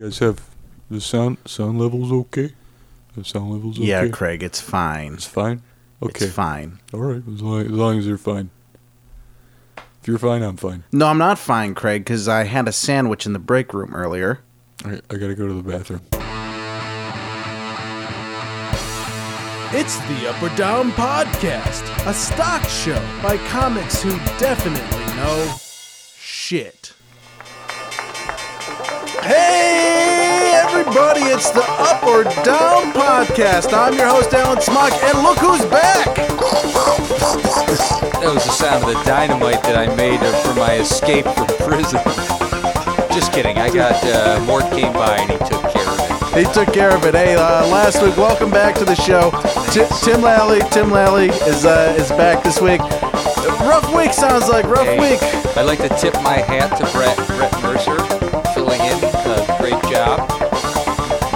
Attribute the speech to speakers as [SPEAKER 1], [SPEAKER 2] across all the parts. [SPEAKER 1] You guys have the sound sound levels okay? The sound levels okay?
[SPEAKER 2] Yeah, Craig, it's fine.
[SPEAKER 1] It's fine? Okay.
[SPEAKER 2] It's fine.
[SPEAKER 1] All right. As long, as long as you're fine. If you're fine, I'm fine.
[SPEAKER 2] No, I'm not fine, Craig, because I had a sandwich in the break room earlier.
[SPEAKER 1] All right, I gotta go to the bathroom.
[SPEAKER 3] It's the Up or Down Podcast, a stock show by comics who definitely know shit.
[SPEAKER 2] Hey, everybody, it's the Up or Down Podcast. I'm your host, Alan Smock, and look who's back!
[SPEAKER 4] That was the sound of the dynamite that I made uh, for my escape from prison. Just kidding. I got uh, Mort came by and he took care of it.
[SPEAKER 2] He took care of it. Hey, uh, last week, welcome back to the show. Ti- Tim Lally, Tim Lally is, uh, is back this week. Rough week sounds like rough week.
[SPEAKER 4] I'd like to tip my hat to Brett Brett Mercer filling in. Uh, great job.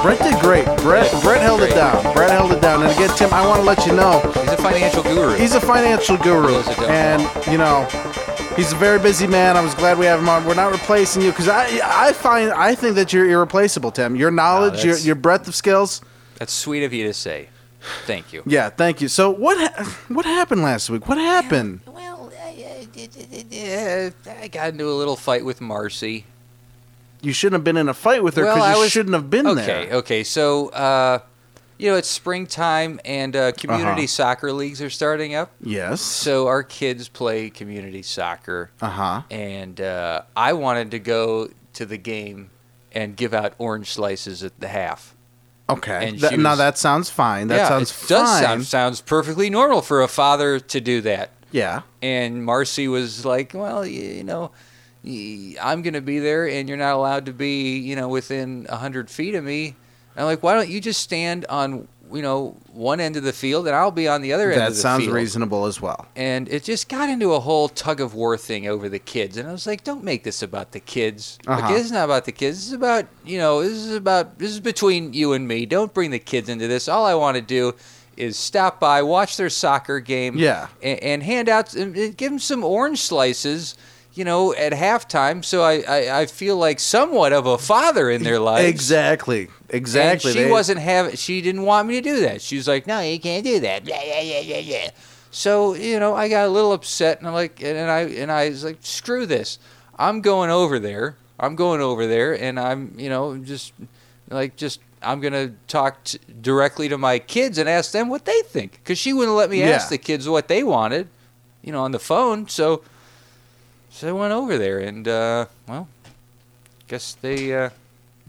[SPEAKER 2] Brett did great. Brett Brett held it
[SPEAKER 4] Great.
[SPEAKER 2] down. Brett held it down. And again, Tim, I want to let you know
[SPEAKER 4] He's a financial guru.
[SPEAKER 2] he's a financial guru,
[SPEAKER 4] Yes, I don't.
[SPEAKER 2] and you know, he's a very busy man. I was glad we have him on. We're not replacing you because I, I find, I think that you're irreplaceable, Tim. Your knowledge, your
[SPEAKER 4] that's-
[SPEAKER 2] your breadth of skills.
[SPEAKER 4] That's sweet of you to say. Thank you.
[SPEAKER 2] Yeah, thank you. So what, ha- what happened last week? What happened?
[SPEAKER 4] Well, I, I, I got into a little fight with Marcy.
[SPEAKER 2] You shouldn't have been in a fight with her
[SPEAKER 4] Well,
[SPEAKER 2] because
[SPEAKER 4] I
[SPEAKER 2] you
[SPEAKER 4] was-
[SPEAKER 2] shouldn't have been
[SPEAKER 4] okay,
[SPEAKER 2] there.
[SPEAKER 4] okay. So, uh, you know, it's springtime and uh,
[SPEAKER 2] Uh-huh.
[SPEAKER 4] community soccer leagues are starting up.
[SPEAKER 2] Yes.
[SPEAKER 4] So our kids play community soccer,
[SPEAKER 2] Uh huh.
[SPEAKER 4] and uh, I wanted to go to the game and give out orange slices at the half.
[SPEAKER 2] Okay.
[SPEAKER 4] And
[SPEAKER 2] Th-
[SPEAKER 4] she
[SPEAKER 2] now
[SPEAKER 4] was-
[SPEAKER 2] that sounds fine. That
[SPEAKER 4] yeah,
[SPEAKER 2] sounds
[SPEAKER 4] it
[SPEAKER 2] fine.
[SPEAKER 4] does sound sounds perfectly normal for a father to do that.
[SPEAKER 2] yeah.
[SPEAKER 4] And Marcy was like, "Well, you, you know, y- I'm going to be there, and you're not allowed to be, you know, within hundred feet of me." I'm like, "Why don't you just stand on, you know, one end of the field, and I'll be on the other end
[SPEAKER 2] That
[SPEAKER 4] of the
[SPEAKER 2] sounds
[SPEAKER 4] field?"
[SPEAKER 2] reasonable as well.
[SPEAKER 4] and it just got into a whole tug of war thing over the kids and i was like don't make this about the kids
[SPEAKER 2] Uh-huh.
[SPEAKER 4] like, this is not about the kids this is about you know this is about this is between you and me don't bring the kids into this all i want to do is stop by watch their soccer game
[SPEAKER 2] Yeah.
[SPEAKER 4] and, and hand out and and give them some orange slices you know at halftime so I, I i feel like somewhat of a father in their lives
[SPEAKER 2] Exactly. Exactly.
[SPEAKER 4] and she
[SPEAKER 2] They-
[SPEAKER 4] wasn't having. She didn't want me to do that. She was like, "No, you can't do that." Yeah, yeah, yeah, yeah, yeah. So you know, I got a little upset, and I'm like, and I and I was like, "Screw this! I'm going over there. I'm going over there, and I'm you know just like just I'm gonna talk t- directly to my kids and ask them what they think, because she wouldn't let me
[SPEAKER 2] Yeah.
[SPEAKER 4] ask the kids what they wanted, you know, on the phone. So so I went over there, and uh, well, guess they uh,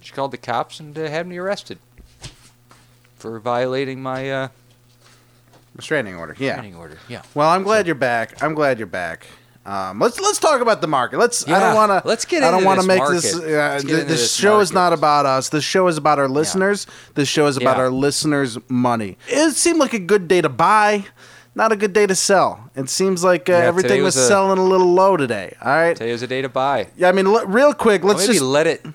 [SPEAKER 4] she called the cops and uh, had me arrested for violating my uh,
[SPEAKER 2] Restraining order. Yeah.
[SPEAKER 4] training order. Yeah.
[SPEAKER 2] Well, I'm glad you're back. I'm glad you're back. Um, let's let's talk about the market. Let's. I don't
[SPEAKER 4] Yeah.
[SPEAKER 2] want to.
[SPEAKER 4] Let's get
[SPEAKER 2] I don't
[SPEAKER 4] into
[SPEAKER 2] wanna
[SPEAKER 4] this
[SPEAKER 2] make
[SPEAKER 4] market.
[SPEAKER 2] this. Uh,
[SPEAKER 4] Let's
[SPEAKER 2] th-
[SPEAKER 4] get into
[SPEAKER 2] this,
[SPEAKER 4] this
[SPEAKER 2] show is
[SPEAKER 4] market.
[SPEAKER 2] not about us. This show is about our listeners. This show is about
[SPEAKER 4] Yeah.
[SPEAKER 2] our listeners' money. It seemed like a good day to buy, not a good day to sell. It seems like uh,
[SPEAKER 4] Yeah,
[SPEAKER 2] everything
[SPEAKER 4] today
[SPEAKER 2] was,
[SPEAKER 4] was a-
[SPEAKER 2] selling a little low today. All right.
[SPEAKER 4] Today was a day to buy.
[SPEAKER 2] Yeah. I mean, l- real quick.
[SPEAKER 4] Or
[SPEAKER 2] Let's
[SPEAKER 4] maybe
[SPEAKER 2] just.
[SPEAKER 4] let it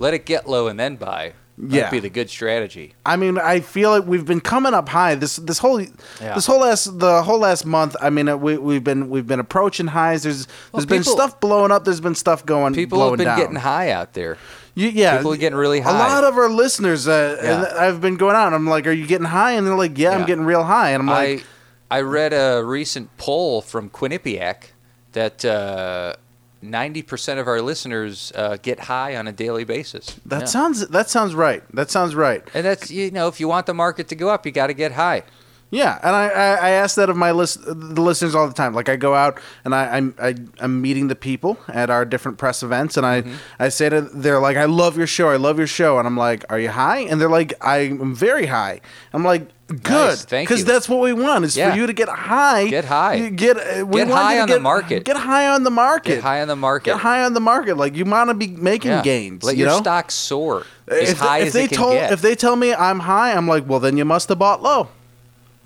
[SPEAKER 4] let it get low and then buy. That'd
[SPEAKER 2] Yeah.
[SPEAKER 4] be the good strategy.
[SPEAKER 2] I mean, I feel like we've been coming up high. This this whole this whole last the whole last month. I mean, uh, we we've been we've been approaching highs. There's there's been
[SPEAKER 4] people-
[SPEAKER 2] stuff blowing up. There's been stuff going.
[SPEAKER 4] People
[SPEAKER 2] blowing
[SPEAKER 4] have been
[SPEAKER 2] down.
[SPEAKER 4] getting high out there.
[SPEAKER 2] You- yeah,
[SPEAKER 4] people are getting really
[SPEAKER 2] A
[SPEAKER 4] high.
[SPEAKER 2] lot of our listeners. Uh,
[SPEAKER 4] Yeah.
[SPEAKER 2] and I've been going out. and I'm like, are you getting high? And they're like, yeah, I'm
[SPEAKER 4] Yeah.
[SPEAKER 2] getting real high. And I'm like,
[SPEAKER 4] I I read a recent poll from Quinnipiac that uh, ninety percent of our listeners uh, get high on a daily basis.
[SPEAKER 2] that
[SPEAKER 4] Yeah.
[SPEAKER 2] sounds that sounds right. That sounds right.
[SPEAKER 4] And that's you know, if you want the market to go up, you got to get high.
[SPEAKER 2] Yeah, and I, I, I ask that of my list, the listeners all the time. Like I go out and I, I'm I, I'm meeting the people at our different press events, and I
[SPEAKER 4] Mm-hmm.
[SPEAKER 2] I say to they're like, I love your show, I love your show, and I'm like, Are you high? And they're like, I'm very high. I'm like, Good,
[SPEAKER 4] Nice, thank you.
[SPEAKER 2] that's what we want is
[SPEAKER 4] Yeah.
[SPEAKER 2] for you to get high,
[SPEAKER 4] Get high.
[SPEAKER 2] You get uh, we
[SPEAKER 4] Get
[SPEAKER 2] want
[SPEAKER 4] high
[SPEAKER 2] you to
[SPEAKER 4] on the
[SPEAKER 2] get,
[SPEAKER 4] market.
[SPEAKER 2] get high on the market,
[SPEAKER 4] Get high on the market.
[SPEAKER 2] Get high on the market. Like you want to be making
[SPEAKER 4] Yeah.
[SPEAKER 2] gains,
[SPEAKER 4] Let
[SPEAKER 2] you
[SPEAKER 4] your
[SPEAKER 2] know?
[SPEAKER 4] stock soar as high as
[SPEAKER 2] they
[SPEAKER 4] it can
[SPEAKER 2] told,
[SPEAKER 4] get.
[SPEAKER 2] if they tell me I'm high, I'm like, well, then you must have bought low.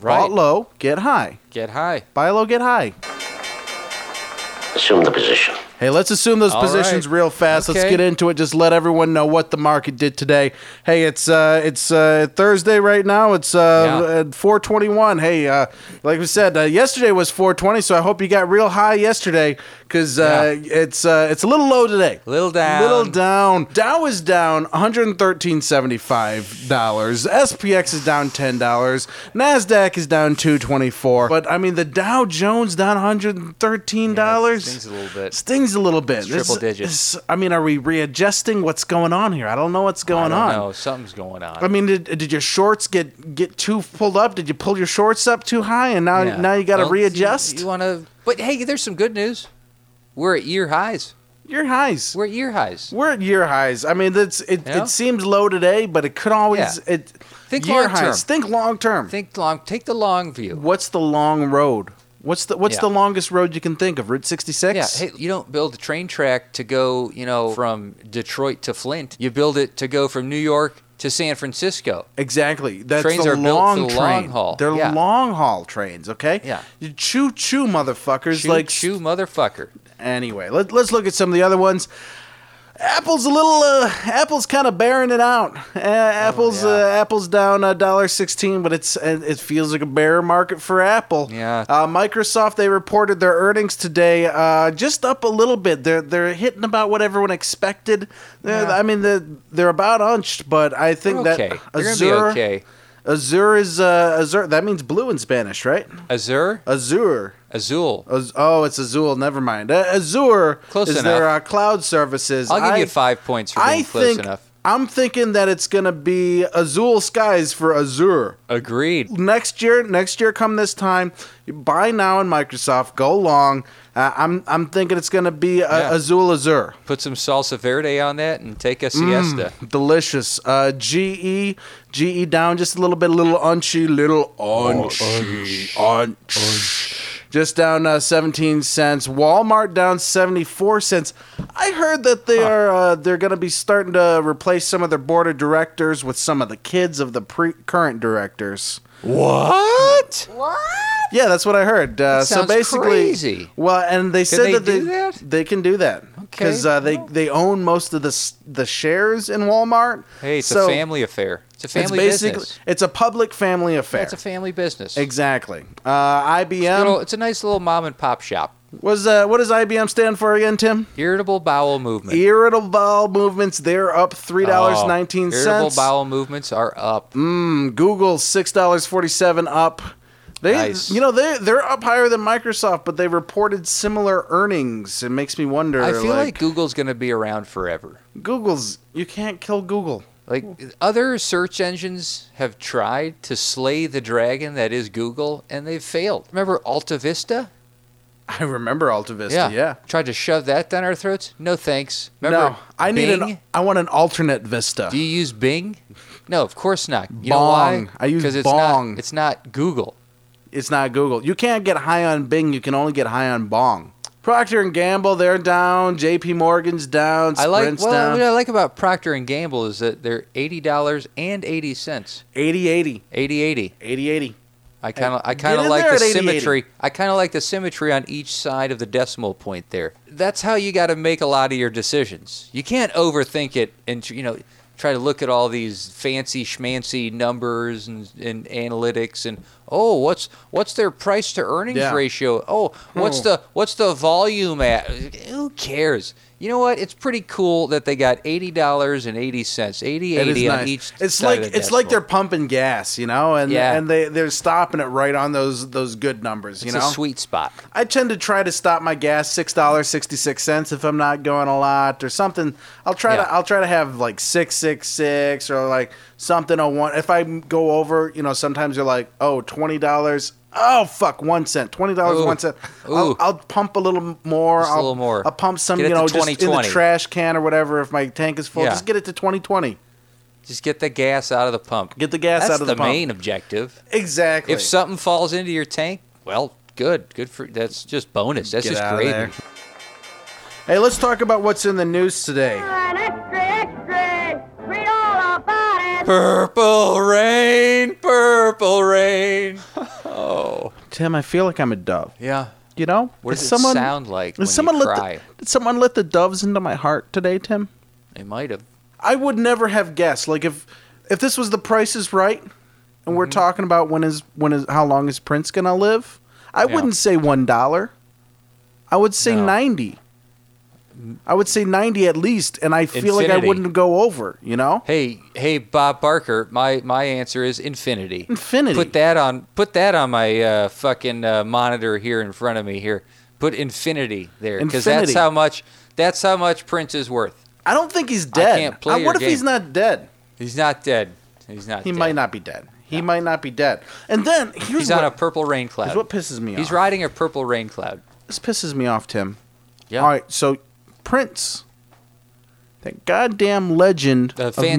[SPEAKER 4] right.
[SPEAKER 2] Bought low, get high.
[SPEAKER 4] Get high.
[SPEAKER 2] Buy low, get high.
[SPEAKER 5] Assume the position.
[SPEAKER 2] Hey, let's assume those
[SPEAKER 4] All
[SPEAKER 2] positions
[SPEAKER 4] right.
[SPEAKER 2] real fast. Let's
[SPEAKER 4] Okay.
[SPEAKER 2] get into it. Just let everyone know what the market did today. Hey, it's uh, it's uh, Thursday right now. It's uh, at 4:21. Hey, uh, like we said, uh, yesterday was 4:20, so I hope you got real high yesterday because uh, it's uh, it's a little low today.
[SPEAKER 4] Little down.
[SPEAKER 2] Little down. Dow is down 113.75 dollars. SPX is down ten dollars. Nasdaq is down 224. But I mean, the Dow Jones down 113 dollars
[SPEAKER 4] Things a little bit.
[SPEAKER 2] stings a little bit.
[SPEAKER 4] triple
[SPEAKER 2] This-
[SPEAKER 4] digits.
[SPEAKER 2] this- I mean, are we readjusting? What's going on here? I don't know what's
[SPEAKER 4] I
[SPEAKER 2] going
[SPEAKER 4] don't
[SPEAKER 2] on.
[SPEAKER 4] know. Something's going on.
[SPEAKER 2] I mean, did, did your shorts get get too pulled up? Did you pull your shorts up too high, and now
[SPEAKER 4] Yeah.
[SPEAKER 2] now you got to
[SPEAKER 4] Well,
[SPEAKER 2] readjust
[SPEAKER 4] You, want to, but hey, there's some good news. We're at year highs.
[SPEAKER 2] your highs? We're,
[SPEAKER 4] We're at year highs.
[SPEAKER 2] at year highs. I mean, that's it.
[SPEAKER 4] Yeah.
[SPEAKER 2] It seems low today, but it could always
[SPEAKER 4] Yeah.
[SPEAKER 2] it.
[SPEAKER 4] Think
[SPEAKER 2] year
[SPEAKER 4] long-term.
[SPEAKER 2] highs. Think long term.
[SPEAKER 4] Think long. Take the long view.
[SPEAKER 2] What's the long road? What's the what's
[SPEAKER 4] Yeah.
[SPEAKER 2] the longest road you can think of? Route sixty
[SPEAKER 4] Yeah.
[SPEAKER 2] six.
[SPEAKER 4] Hey, you don't build a train track to go, you know, from Detroit to Flint. You build it to go from New York to San Francisco.
[SPEAKER 2] Exactly. That's
[SPEAKER 4] Trains
[SPEAKER 2] the
[SPEAKER 4] are built
[SPEAKER 2] long
[SPEAKER 4] for the long
[SPEAKER 2] train.
[SPEAKER 4] haul.
[SPEAKER 2] They're
[SPEAKER 4] Yeah.
[SPEAKER 2] long haul trains, okay?
[SPEAKER 4] Yeah.
[SPEAKER 2] You choo choo motherfuckers
[SPEAKER 4] Choo,
[SPEAKER 2] like
[SPEAKER 4] choo, motherfucker.
[SPEAKER 2] anyway. Let, let's look at some of the other ones. Apple's a little uh, Apple's kind of bearing it out. Uh, Apple's
[SPEAKER 4] Oh, yeah.
[SPEAKER 2] uh, Apple's down a dollar sixteen, but it's it it feels like a bear market for Apple.
[SPEAKER 4] Yeah.
[SPEAKER 2] Uh, Microsoft they reported their earnings today, uh, just up a little bit. They're they're hitting about what everyone expected. They're-
[SPEAKER 4] Yeah.
[SPEAKER 2] I mean they're, they're about unched, but I think
[SPEAKER 4] They're okay.
[SPEAKER 2] that
[SPEAKER 4] They're gonna be
[SPEAKER 2] Azure-
[SPEAKER 4] okay.
[SPEAKER 2] Azure is uh, Azure. That means blue in Spanish, right?
[SPEAKER 4] Azure,
[SPEAKER 2] Azure.
[SPEAKER 4] Azul.
[SPEAKER 2] Az- oh, it's Azul. Never mind. Uh, Azure
[SPEAKER 4] Close
[SPEAKER 2] is
[SPEAKER 4] enough.
[SPEAKER 2] their uh, cloud services.
[SPEAKER 4] I'll give
[SPEAKER 2] I,
[SPEAKER 4] you five points for being
[SPEAKER 2] I
[SPEAKER 4] close
[SPEAKER 2] think
[SPEAKER 4] enough.
[SPEAKER 2] I'm thinking that it's gonna be Azul skies for Azure
[SPEAKER 4] Agreed.
[SPEAKER 2] next year. Next year, come this time, you buy now in Microsoft. Go long. Uh, I'm I'm thinking it's gonna be uh,
[SPEAKER 4] Yeah.
[SPEAKER 2] Azul Azure.
[SPEAKER 4] Put some salsa verde on that and take
[SPEAKER 2] Mm.
[SPEAKER 4] a siesta.
[SPEAKER 2] Delicious. Uh, GE, GE E down just a little bit, a little unchy, little unchy, unch. Just down uh, 17 cents. Walmart down 74 cents. I heard that they are uh, they're going to be starting to replace some of their board of directors with some of the kids of the pre- current directors.
[SPEAKER 4] What? What?
[SPEAKER 2] Yeah, that's what I heard. Uh,
[SPEAKER 4] That
[SPEAKER 2] so
[SPEAKER 4] sounds
[SPEAKER 2] basically,
[SPEAKER 4] crazy.
[SPEAKER 2] well, and they said
[SPEAKER 4] they
[SPEAKER 2] that they
[SPEAKER 4] do that?
[SPEAKER 2] they can do that
[SPEAKER 4] Okay,
[SPEAKER 2] because uh, they
[SPEAKER 4] well.
[SPEAKER 2] they own most of the s- the shares in Walmart.
[SPEAKER 4] Hey, it's
[SPEAKER 2] So-
[SPEAKER 4] a family affair. It's a family
[SPEAKER 2] it's basically
[SPEAKER 4] business.
[SPEAKER 2] it's a public family affair.
[SPEAKER 4] It's a family business.
[SPEAKER 2] exactly. Uh,
[SPEAKER 4] Good
[SPEAKER 2] IBM
[SPEAKER 4] ol- it's a nice little mom and pop shop.
[SPEAKER 2] was uh, what does IBM stand for again, Tim?
[SPEAKER 4] Irritable bowel movement.
[SPEAKER 2] Irritable bowel movements. They're up three dollars nineteen
[SPEAKER 4] Oh, Irritable
[SPEAKER 2] cents. Mm,
[SPEAKER 4] bowel movements are up.
[SPEAKER 2] Google six dollars forty seven up. They,
[SPEAKER 4] Nice.
[SPEAKER 2] you know, they they're up higher than Microsoft, but they reported similar earnings. It makes me wonder.
[SPEAKER 4] I feel like, Google's going to be around forever.
[SPEAKER 2] Google's you can't kill Google.
[SPEAKER 4] Like other search engines have tried to slay the dragon that is Google, and they've failed. Remember Alta Vista?
[SPEAKER 2] I remember AltaVista. Yeah.
[SPEAKER 4] Tried to shove that down our throats. No thanks. Remember
[SPEAKER 2] No, I need
[SPEAKER 4] Bing?
[SPEAKER 2] an. I want an alternate Vista.
[SPEAKER 4] Do you use Bing? No, of course not. You know
[SPEAKER 2] Bong.
[SPEAKER 4] why?
[SPEAKER 2] I use
[SPEAKER 4] 'Cause it's
[SPEAKER 2] Bong.
[SPEAKER 4] Not, it's not Google.
[SPEAKER 2] it's not Google. You can't get high on Bing. You can only get high on Bong. Procter and Gamble, they're down. J.P. Morgan's down.
[SPEAKER 4] I like
[SPEAKER 2] Sprint's
[SPEAKER 4] well,
[SPEAKER 2] down.
[SPEAKER 4] what I like about Procter and Gamble is that they're eighty dollars and eighty cents.
[SPEAKER 2] 80-80.
[SPEAKER 4] 80-80.
[SPEAKER 2] 80-80.
[SPEAKER 4] I kind of I
[SPEAKER 2] get
[SPEAKER 4] kind of
[SPEAKER 2] in
[SPEAKER 4] like
[SPEAKER 2] there
[SPEAKER 4] the
[SPEAKER 2] at 80-80.
[SPEAKER 4] symmetry. I kind of like the symmetry on each side of the decimal point there. That's how you got to make a lot of your decisions. You can't overthink it and tr- you know try to look at all these fancy schmancy numbers and, and analytics and oh what's what's their price to earnings
[SPEAKER 2] Yeah. Hmm.
[SPEAKER 4] ratio? Oh, what's the what's the volume at? Who cares? You know what? It's pretty cool that they got eighty dollars and eighty cents, eighty
[SPEAKER 2] It is
[SPEAKER 4] eighty on
[SPEAKER 2] nice.
[SPEAKER 4] each.
[SPEAKER 2] it's
[SPEAKER 4] side
[SPEAKER 2] like
[SPEAKER 4] of the
[SPEAKER 2] it's like
[SPEAKER 4] decimal.
[SPEAKER 2] they're pumping gas, you know, and
[SPEAKER 4] Yeah.
[SPEAKER 2] and they they're stopping it right on those those good numbers, you
[SPEAKER 4] it's
[SPEAKER 2] know.
[SPEAKER 4] a sweet spot.
[SPEAKER 2] I tend to try to stop my gas six dollars sixty six cents if I'm not going a lot or something. I'll try
[SPEAKER 4] Yeah.
[SPEAKER 2] to I'll try to have like six six six or like something I want. If I go over, you know, sometimes you're like, oh, twenty dollars. Oh fuck, one cent, twenty dollars,
[SPEAKER 4] Ooh.
[SPEAKER 2] one cent.
[SPEAKER 4] Ooh.
[SPEAKER 2] I'll, I'll pump a little more.
[SPEAKER 4] Just a
[SPEAKER 2] I'll,
[SPEAKER 4] little more.
[SPEAKER 2] I'll pump some,
[SPEAKER 4] Get it
[SPEAKER 2] you
[SPEAKER 4] to
[SPEAKER 2] know, just in the
[SPEAKER 4] 2020.
[SPEAKER 2] trash can or whatever. If my tank is full,
[SPEAKER 4] Yeah.
[SPEAKER 2] just get it to twenty twenty.
[SPEAKER 4] Just get the gas out of the pump.
[SPEAKER 2] Get the gas
[SPEAKER 4] That's
[SPEAKER 2] out of the, pump.
[SPEAKER 4] main objective.
[SPEAKER 2] Exactly.
[SPEAKER 4] If something falls into your tank, well, good, good for that's just bonus. That's
[SPEAKER 2] Get
[SPEAKER 4] just
[SPEAKER 2] out of
[SPEAKER 4] gravy.
[SPEAKER 2] there. Hey, let's talk about what's in the news today.
[SPEAKER 6] An extra, extra, read all about it.
[SPEAKER 4] Purple rain, purple rain.
[SPEAKER 2] Tim, I feel like I'm a dove.
[SPEAKER 4] Yeah,
[SPEAKER 2] You know,
[SPEAKER 4] What does
[SPEAKER 2] Is
[SPEAKER 4] it sound like
[SPEAKER 2] is
[SPEAKER 4] when you
[SPEAKER 2] someone let
[SPEAKER 4] cry?
[SPEAKER 2] The, did someone let the doves into my heart today, Tim?
[SPEAKER 4] It might have.
[SPEAKER 2] I would never have guessed. Like if if this was The Price is Right, and we're
[SPEAKER 4] Mm-hmm.
[SPEAKER 2] talking about when is when is how long is Prince gonna live? I
[SPEAKER 4] Yeah.
[SPEAKER 2] wouldn't say one dollar. I would say
[SPEAKER 4] No.
[SPEAKER 2] ninety. I would say ninety at least, and I feel like I
[SPEAKER 4] Infinity.
[SPEAKER 2] wouldn't go over. You know,
[SPEAKER 4] Hey, hey, Bob Barker. My my answer is infinity.
[SPEAKER 2] infinity.
[SPEAKER 4] Put that on. Put that on my uh, fucking uh, monitor here in front of me. Here, put infinity there because that's
[SPEAKER 2] Infinity.
[SPEAKER 4] how much. That's how much Prince is worth.
[SPEAKER 2] I don't think he's dead.
[SPEAKER 4] can't play
[SPEAKER 2] Uh, what
[SPEAKER 4] your
[SPEAKER 2] if he's
[SPEAKER 4] game.
[SPEAKER 2] not dead?
[SPEAKER 4] He's not dead. He's not.
[SPEAKER 2] He
[SPEAKER 4] dead.
[SPEAKER 2] might not be dead. He might not be dead. And then here's
[SPEAKER 4] He's
[SPEAKER 2] what,
[SPEAKER 4] on a purple rain cloud.
[SPEAKER 2] here's what pisses me
[SPEAKER 4] He's
[SPEAKER 2] off.
[SPEAKER 4] riding a purple rain cloud.
[SPEAKER 2] This pisses me off, Tim.
[SPEAKER 4] Yeah.
[SPEAKER 2] All right, so Prince, that goddamn legend
[SPEAKER 4] A
[SPEAKER 2] of
[SPEAKER 4] fantastic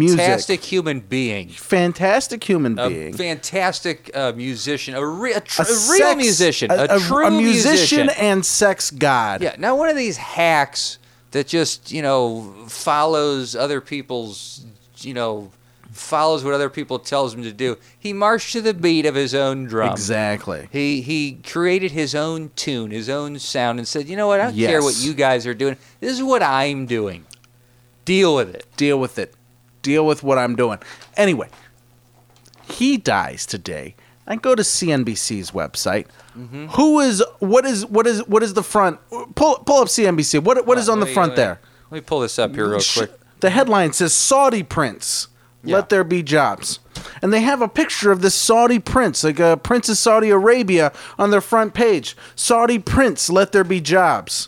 [SPEAKER 2] music,
[SPEAKER 4] human being.
[SPEAKER 2] fantastic human
[SPEAKER 4] A
[SPEAKER 2] being,
[SPEAKER 4] fantastic uh, musician. A, re- a, tr-
[SPEAKER 2] A
[SPEAKER 4] a real
[SPEAKER 2] sex-
[SPEAKER 4] musician. A, true
[SPEAKER 2] musician, and sex god.
[SPEAKER 4] Yeah, not one of these hacks that just you know follows other people's you know follows what other people tells him to do. He marched to the beat of his own drum.
[SPEAKER 2] exactly.
[SPEAKER 4] He he created his own tune, his own sound, and said, you know what? I don't care what
[SPEAKER 2] Yes.
[SPEAKER 4] you guys are doing. This is what I'm doing. Deal with it.
[SPEAKER 2] Deal with it. Deal with what I'm doing. Anyway, he dies today. I go to CNBC's website.
[SPEAKER 4] Mm-hmm.
[SPEAKER 2] Who is what is what is what is the front? Pull pull up CNBC. What what is on the
[SPEAKER 4] Uh, Wait,
[SPEAKER 2] front
[SPEAKER 4] wait.
[SPEAKER 2] there?
[SPEAKER 4] Let me pull this up here real
[SPEAKER 2] Sh-
[SPEAKER 4] quick.
[SPEAKER 2] The headline says Saudi prince.
[SPEAKER 4] Yeah.
[SPEAKER 2] Let there be jobs. And they have a picture of this Saudi prince, like a prince of Saudi Arabia, on their front page. Saudi prince, let there be jobs.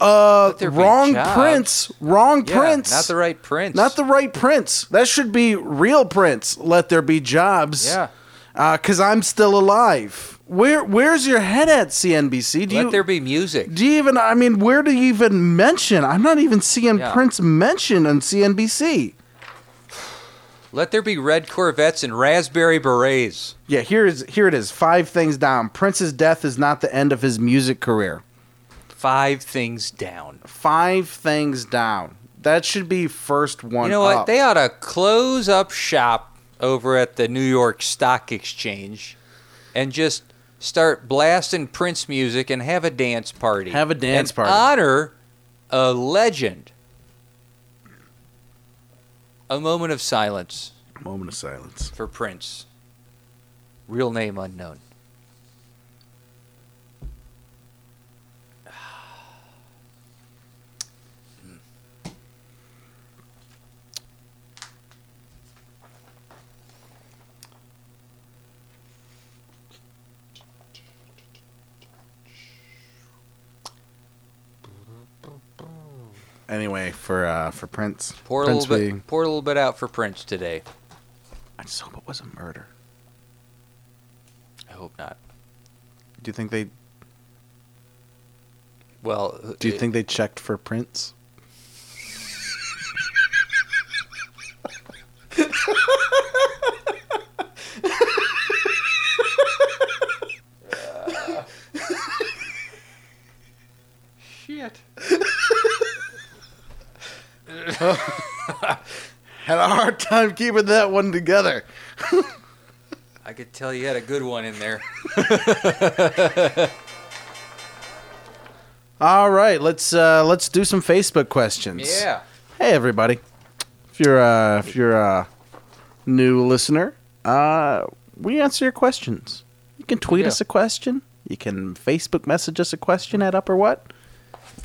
[SPEAKER 2] Uh,
[SPEAKER 4] there be
[SPEAKER 2] wrong
[SPEAKER 4] jobs.
[SPEAKER 2] prince, wrong
[SPEAKER 4] Yeah,
[SPEAKER 2] prince,
[SPEAKER 4] not the right prince.
[SPEAKER 2] not the right prince. That should be real prince. Let there be jobs.
[SPEAKER 4] Yeah.
[SPEAKER 2] because I'm still alive. Where where's your head at, CNBC? Do
[SPEAKER 4] Let
[SPEAKER 2] you,
[SPEAKER 4] there be music.
[SPEAKER 2] do you even? I mean, where do you even mention? I'm not even seeing
[SPEAKER 4] Yeah.
[SPEAKER 2] Prince mentioned on CNBC.
[SPEAKER 4] Let there be red Corvettes and raspberry berets.
[SPEAKER 2] Yeah, here is here it is. Five things down. Prince's death is not the end of his music career.
[SPEAKER 4] Five things down.
[SPEAKER 2] Five things down. That should be first one.
[SPEAKER 4] You know what?
[SPEAKER 2] up.
[SPEAKER 4] They ought to close up shop over at the New York Stock Exchange and just start blasting Prince music and have a dance party.
[SPEAKER 2] Have a dance
[SPEAKER 4] and
[SPEAKER 2] party.
[SPEAKER 4] Honor a legend. A moment of silence
[SPEAKER 2] moment of silence.
[SPEAKER 4] for Prince. Real name unknown.
[SPEAKER 2] Anyway, for uh for Prince.
[SPEAKER 4] Pour a
[SPEAKER 2] Prince
[SPEAKER 4] little
[SPEAKER 2] we-
[SPEAKER 4] bit. Pour a little bit out for Prince today.
[SPEAKER 2] I just hope it was a murder.
[SPEAKER 4] I hope not.
[SPEAKER 2] Do you think they
[SPEAKER 4] Well, uh,
[SPEAKER 2] do you
[SPEAKER 4] it-
[SPEAKER 2] think they checked for Prince?
[SPEAKER 4] Shit.
[SPEAKER 2] Had a hard time keeping that one together.
[SPEAKER 4] I could tell you had a good one in there.
[SPEAKER 2] All right, let's uh let's do some Facebook questions.
[SPEAKER 4] yeah.
[SPEAKER 2] Hey everybody! If you're uh, if you're a new listener, uh, we answer your questions. You can tweet
[SPEAKER 4] Yeah.
[SPEAKER 2] us a question. You can Facebook message us a question at Upper What.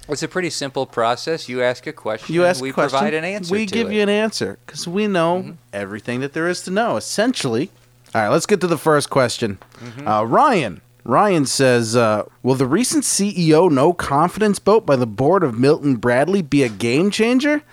[SPEAKER 4] It's a pretty simple process. You ask a question.
[SPEAKER 2] You ask
[SPEAKER 4] we
[SPEAKER 2] a question.
[SPEAKER 4] provide an answer.
[SPEAKER 2] We
[SPEAKER 4] to
[SPEAKER 2] give
[SPEAKER 4] it. Mm-hmm.
[SPEAKER 2] you an answer because we know everything that there is to know. Essentially, all right. Let's get to the first question.
[SPEAKER 4] Mm-hmm.
[SPEAKER 2] Uh, Ryan. Ryan says, uh, "Will the recent CEO no confidence vote by the board of Milton Bradley be a game changer?"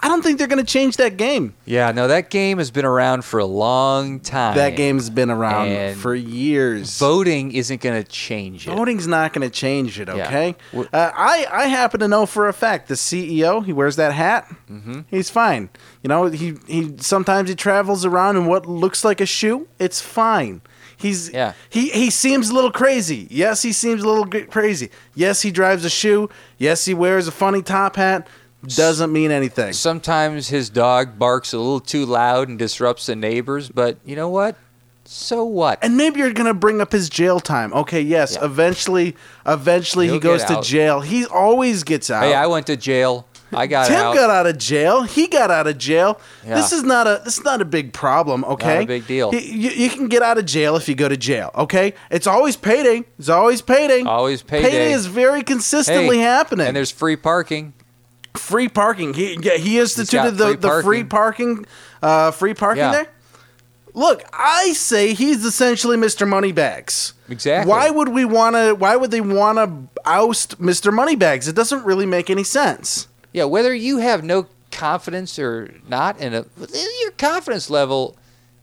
[SPEAKER 2] I don't think they're going to change that game.
[SPEAKER 4] Yeah, no, that game has been around for a long time.
[SPEAKER 2] That game's been around
[SPEAKER 4] And
[SPEAKER 2] for years.
[SPEAKER 4] Voting isn't going to change it.
[SPEAKER 2] Voting's not going to change it,
[SPEAKER 4] Yeah.
[SPEAKER 2] okay?
[SPEAKER 4] Wh-
[SPEAKER 2] Uh, I, I happen to know for a fact the CEO, he wears that hat. Mm-hmm. He's fine. You know, he, he sometimes he travels around in what looks like a shoe. It's fine. He's
[SPEAKER 4] Yeah.
[SPEAKER 2] he he seems a little crazy. Yes, he seems a little g- crazy. Yes, he drives a shoe. Yes, he wears a funny top hat. Doesn't mean anything.
[SPEAKER 4] Sometimes his dog barks a little too loud and disrupts the neighbors, but you know what? So what?
[SPEAKER 2] And maybe you're gonna bring up his jail time. Okay, yes.
[SPEAKER 4] Yeah.
[SPEAKER 2] Eventually, eventually
[SPEAKER 4] He'll
[SPEAKER 2] he goes
[SPEAKER 4] get
[SPEAKER 2] to
[SPEAKER 4] out.
[SPEAKER 2] jail. He always gets out.
[SPEAKER 4] hey, I went to jail. I got
[SPEAKER 2] Tim
[SPEAKER 4] out.
[SPEAKER 2] got out of jail. He got out of jail.
[SPEAKER 4] Yeah.
[SPEAKER 2] This is not a this is not a big problem. Okay,
[SPEAKER 4] big deal.
[SPEAKER 2] Y- You, you can get out of jail if you go to jail. Okay, it's always payday. It's always payday.
[SPEAKER 4] Always payday.
[SPEAKER 2] Payday is very consistently
[SPEAKER 4] Hey,
[SPEAKER 2] happening.
[SPEAKER 4] And there's free parking.
[SPEAKER 2] free parking. He yeah, he instituted the
[SPEAKER 4] free
[SPEAKER 2] the free parking, uh, free parking
[SPEAKER 4] Yeah.
[SPEAKER 2] there. Look, I say he's essentially Mr. Moneybags.
[SPEAKER 4] Exactly.
[SPEAKER 2] Why would we want to? Why would they want to oust Mr. Moneybags? It doesn't really make any sense.
[SPEAKER 4] Yeah, whether you have no confidence or not in a your confidence level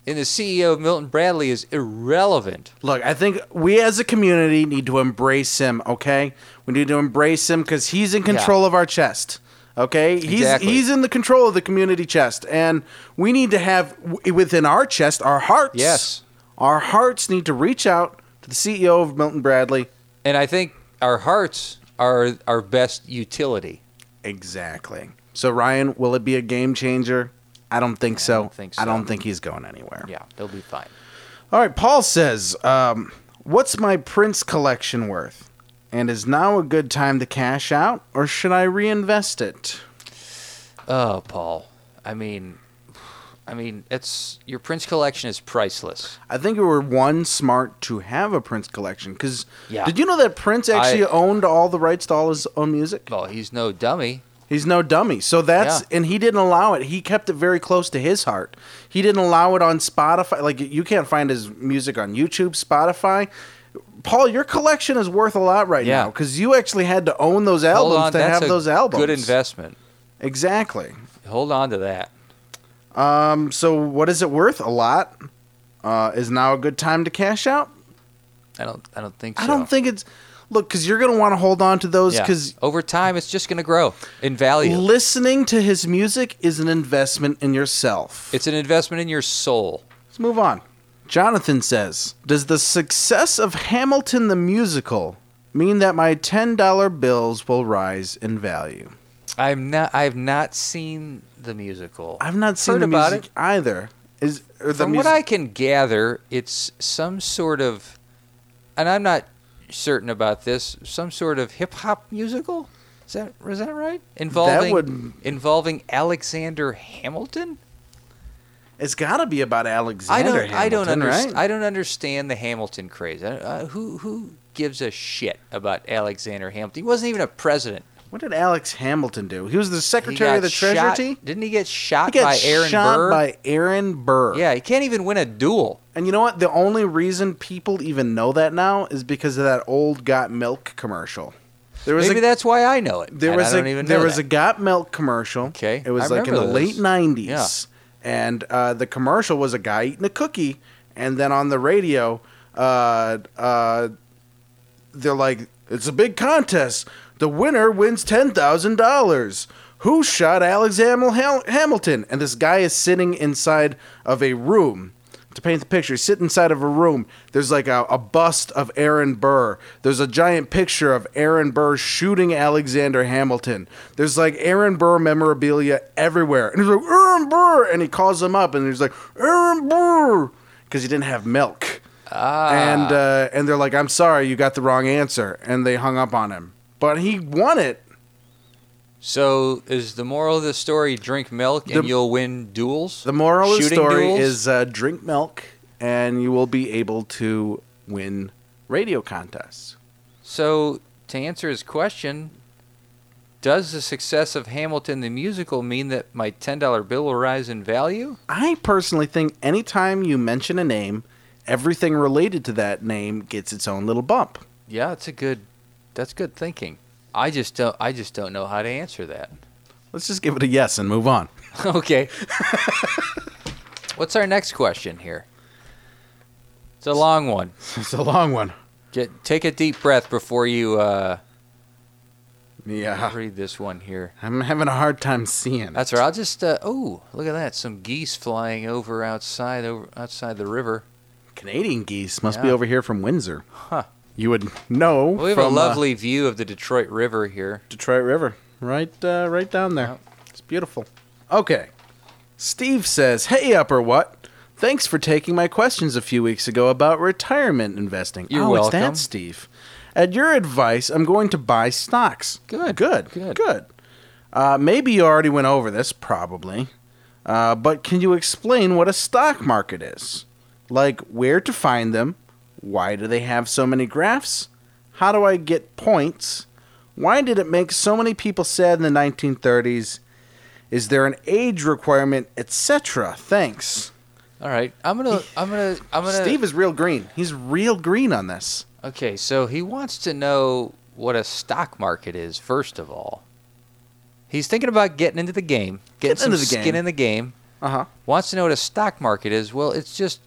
[SPEAKER 4] in the CEO of Milton Bradley is irrelevant.
[SPEAKER 2] Look, I think we as a community need to embrace him, okay? We need to embrace him because he's in control of our chest. Okay, he's
[SPEAKER 4] Exactly.
[SPEAKER 2] he's in the control of the community chest, and we need to have w- within our chest our hearts.
[SPEAKER 4] Yes.
[SPEAKER 2] our hearts need to reach out to the CEO of Milton Bradley.
[SPEAKER 4] And I think our hearts are our best utility.
[SPEAKER 2] Exactly. So Ryan, will it be a game changer? I don't think so.
[SPEAKER 4] don't think
[SPEAKER 2] I don't
[SPEAKER 4] so.
[SPEAKER 2] think he's going anywhere.
[SPEAKER 4] Yeah, they'll be fine.
[SPEAKER 2] All right, Paul says, um, What's my Prince collection worth? And is now a good time to cash out, or should I reinvest it?
[SPEAKER 4] Oh, Paul. I mean, I mean, it's your Prince collection is priceless.
[SPEAKER 2] I think you were one smart to have a Prince collection because
[SPEAKER 4] Yeah.
[SPEAKER 2] did you know that Prince actually
[SPEAKER 4] I-
[SPEAKER 2] owned all the rights to all his own music?
[SPEAKER 4] Well, he's no dummy.
[SPEAKER 2] He's no dummy. So that's
[SPEAKER 4] Yeah.
[SPEAKER 2] and he didn't allow it. He kept it very close to his heart. He didn't allow it on Spotify. Like you can't find his music on YouTube, Spotify. Paul, your collection is worth a lot right
[SPEAKER 4] Yeah.
[SPEAKER 2] now because you actually had to own those albums
[SPEAKER 4] Hold on,
[SPEAKER 2] to
[SPEAKER 4] that's
[SPEAKER 2] have
[SPEAKER 4] a
[SPEAKER 2] those albums.
[SPEAKER 4] Good investment.
[SPEAKER 2] Exactly.
[SPEAKER 4] Hold on to that.
[SPEAKER 2] Um. So what is it worth? A lot. Uh, is now a good time to cash out?
[SPEAKER 4] I don't. I don't think. So.
[SPEAKER 2] I don't think it's. Look, because you're gonna want to hold on to those
[SPEAKER 4] Yeah.
[SPEAKER 2] because
[SPEAKER 4] over time it's just going to grow in value.
[SPEAKER 2] listening to his music is an investment in yourself.
[SPEAKER 4] It's an investment in your soul.
[SPEAKER 2] Let's move on. Jonathan says, "Does the success of Hamilton the musical mean that my ten dollar bills will rise in value?"
[SPEAKER 4] I'm not. I've not seen the musical.
[SPEAKER 2] I've not seen
[SPEAKER 4] Heard
[SPEAKER 2] the
[SPEAKER 4] about
[SPEAKER 2] music either. Is or the
[SPEAKER 4] From
[SPEAKER 2] music?
[SPEAKER 4] what I can gather, it's some sort of, and I'm not certain about this. Some sort of hip hop musical. Is that is that right? Involving
[SPEAKER 2] would-
[SPEAKER 4] involving Alexander Hamilton.
[SPEAKER 2] it's got to be about
[SPEAKER 4] I
[SPEAKER 2] Alexander.
[SPEAKER 4] don't. I don't
[SPEAKER 2] Hamilton,
[SPEAKER 4] understand.
[SPEAKER 2] Right?
[SPEAKER 4] I don't understand the Hamilton craze. I- Uh, who who gives a shit about Alexander Hamilton? He wasn't even a president.
[SPEAKER 2] what did Alex Hamilton do? He was the
[SPEAKER 4] He
[SPEAKER 2] Secretary of the
[SPEAKER 4] got
[SPEAKER 2] Treasury.
[SPEAKER 4] shot- Didn't he get shot
[SPEAKER 2] He got
[SPEAKER 4] by Aaron
[SPEAKER 2] shot
[SPEAKER 4] Burr?
[SPEAKER 2] by Aaron Burr.
[SPEAKER 4] Yeah, he can't even win a duel.
[SPEAKER 2] And you know what? The only reason people even know that now is because of that old Got Milk commercial. There was
[SPEAKER 4] Maybe
[SPEAKER 2] a,
[SPEAKER 4] that's why I know it.
[SPEAKER 2] there
[SPEAKER 4] and
[SPEAKER 2] was
[SPEAKER 4] I don't
[SPEAKER 2] a
[SPEAKER 4] even
[SPEAKER 2] there
[SPEAKER 4] know
[SPEAKER 2] was a
[SPEAKER 4] that.
[SPEAKER 2] Got Milk commercial.
[SPEAKER 4] Okay,
[SPEAKER 2] it was
[SPEAKER 4] I
[SPEAKER 2] like in the
[SPEAKER 4] remember
[SPEAKER 2] late
[SPEAKER 4] those.
[SPEAKER 2] nineties,
[SPEAKER 4] Yeah.
[SPEAKER 2] and uh, the commercial was a guy eating a cookie, and then on the radio, uh, uh, they're like, "It's a big contest. The winner wins ten thousand dollars." Who shot Alexander Hal- Hamilton? And this guy is sitting inside of a room. To paint the picture, sit inside of a room. There's like a, a bust of Aaron Burr. There's a giant picture of Aaron Burr shooting Alexander Hamilton. There's like Aaron Burr memorabilia everywhere. And he's like, Aaron Burr! And he calls him up and he's like, Aaron Burr! Because he didn't have milk
[SPEAKER 4] Ah.
[SPEAKER 2] and uh, and they're like, "I'm sorry, you got the wrong answer," and they hung up on him. But he won it.
[SPEAKER 4] So is the moral of the story: drink milk and
[SPEAKER 2] The-
[SPEAKER 4] you'll win duels.
[SPEAKER 2] The moral of the
[SPEAKER 4] Shooting
[SPEAKER 2] story
[SPEAKER 4] duels?
[SPEAKER 2] is uh, drink milk, and you will be able to win radio contests.
[SPEAKER 4] So to answer his question, does the success of Hamilton the musical mean that my ten dollar bill will rise in value?
[SPEAKER 2] I personally think anytime you mention a name, everything related to that name gets its own little bump.
[SPEAKER 4] Yeah, that's a good. That's good thinking. I just don't. I just don't know how to answer that.
[SPEAKER 2] Let's just give it a yes and move on.
[SPEAKER 4] Okay. What's our next question here? It's a long one.
[SPEAKER 2] it's a long one.
[SPEAKER 4] Get, take a deep breath before you uh,
[SPEAKER 2] Yeah,
[SPEAKER 4] read this one here.
[SPEAKER 2] I'm having a hard time seeing.
[SPEAKER 4] That's right. I'll just. Uh, oh, look at that! Some geese flying over outside over outside the river.
[SPEAKER 2] Canadian geese must be
[SPEAKER 4] Yeah.
[SPEAKER 2] over here from Windsor.
[SPEAKER 4] Huh.
[SPEAKER 2] You would know.
[SPEAKER 4] Well, we have
[SPEAKER 2] from,
[SPEAKER 4] a
[SPEAKER 2] uh,
[SPEAKER 4] lovely view of the Detroit River here.
[SPEAKER 2] Detroit River, right, uh, right down there.
[SPEAKER 4] Yep.
[SPEAKER 2] It's beautiful. Okay, Steve says, "Hey, upper what? Thanks for taking my questions a few weeks ago about retirement investing.
[SPEAKER 4] You're
[SPEAKER 2] oh, it's
[SPEAKER 4] welcome.
[SPEAKER 2] that, Steve. At your advice, I'm going to buy stocks.
[SPEAKER 4] Good,
[SPEAKER 2] Good.
[SPEAKER 4] good.
[SPEAKER 2] Good. Uh, maybe you already went over this, probably. Uh, but can you explain what a stock market is? Like where to find them? Why do they have so many graphs? How do I get points? Why did it make so many people sad in the 1930s? Is there an age requirement, etc.? Thanks.
[SPEAKER 4] All right, I'm gonna, I'm gonna, I'm gonna.
[SPEAKER 2] Steve is real green. He's real green on this.
[SPEAKER 4] Okay, so he wants to know what a stock market is first of all. He's thinking about getting into the game,
[SPEAKER 2] Getting
[SPEAKER 4] getting, some
[SPEAKER 2] into the
[SPEAKER 4] skin
[SPEAKER 2] game.
[SPEAKER 4] in the game.
[SPEAKER 2] Uh huh.
[SPEAKER 4] Wants to know what a stock market is. Well, it's just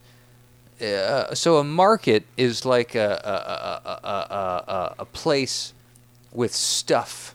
[SPEAKER 4] uh, so a market is like a a, a, a, a a place with stuff,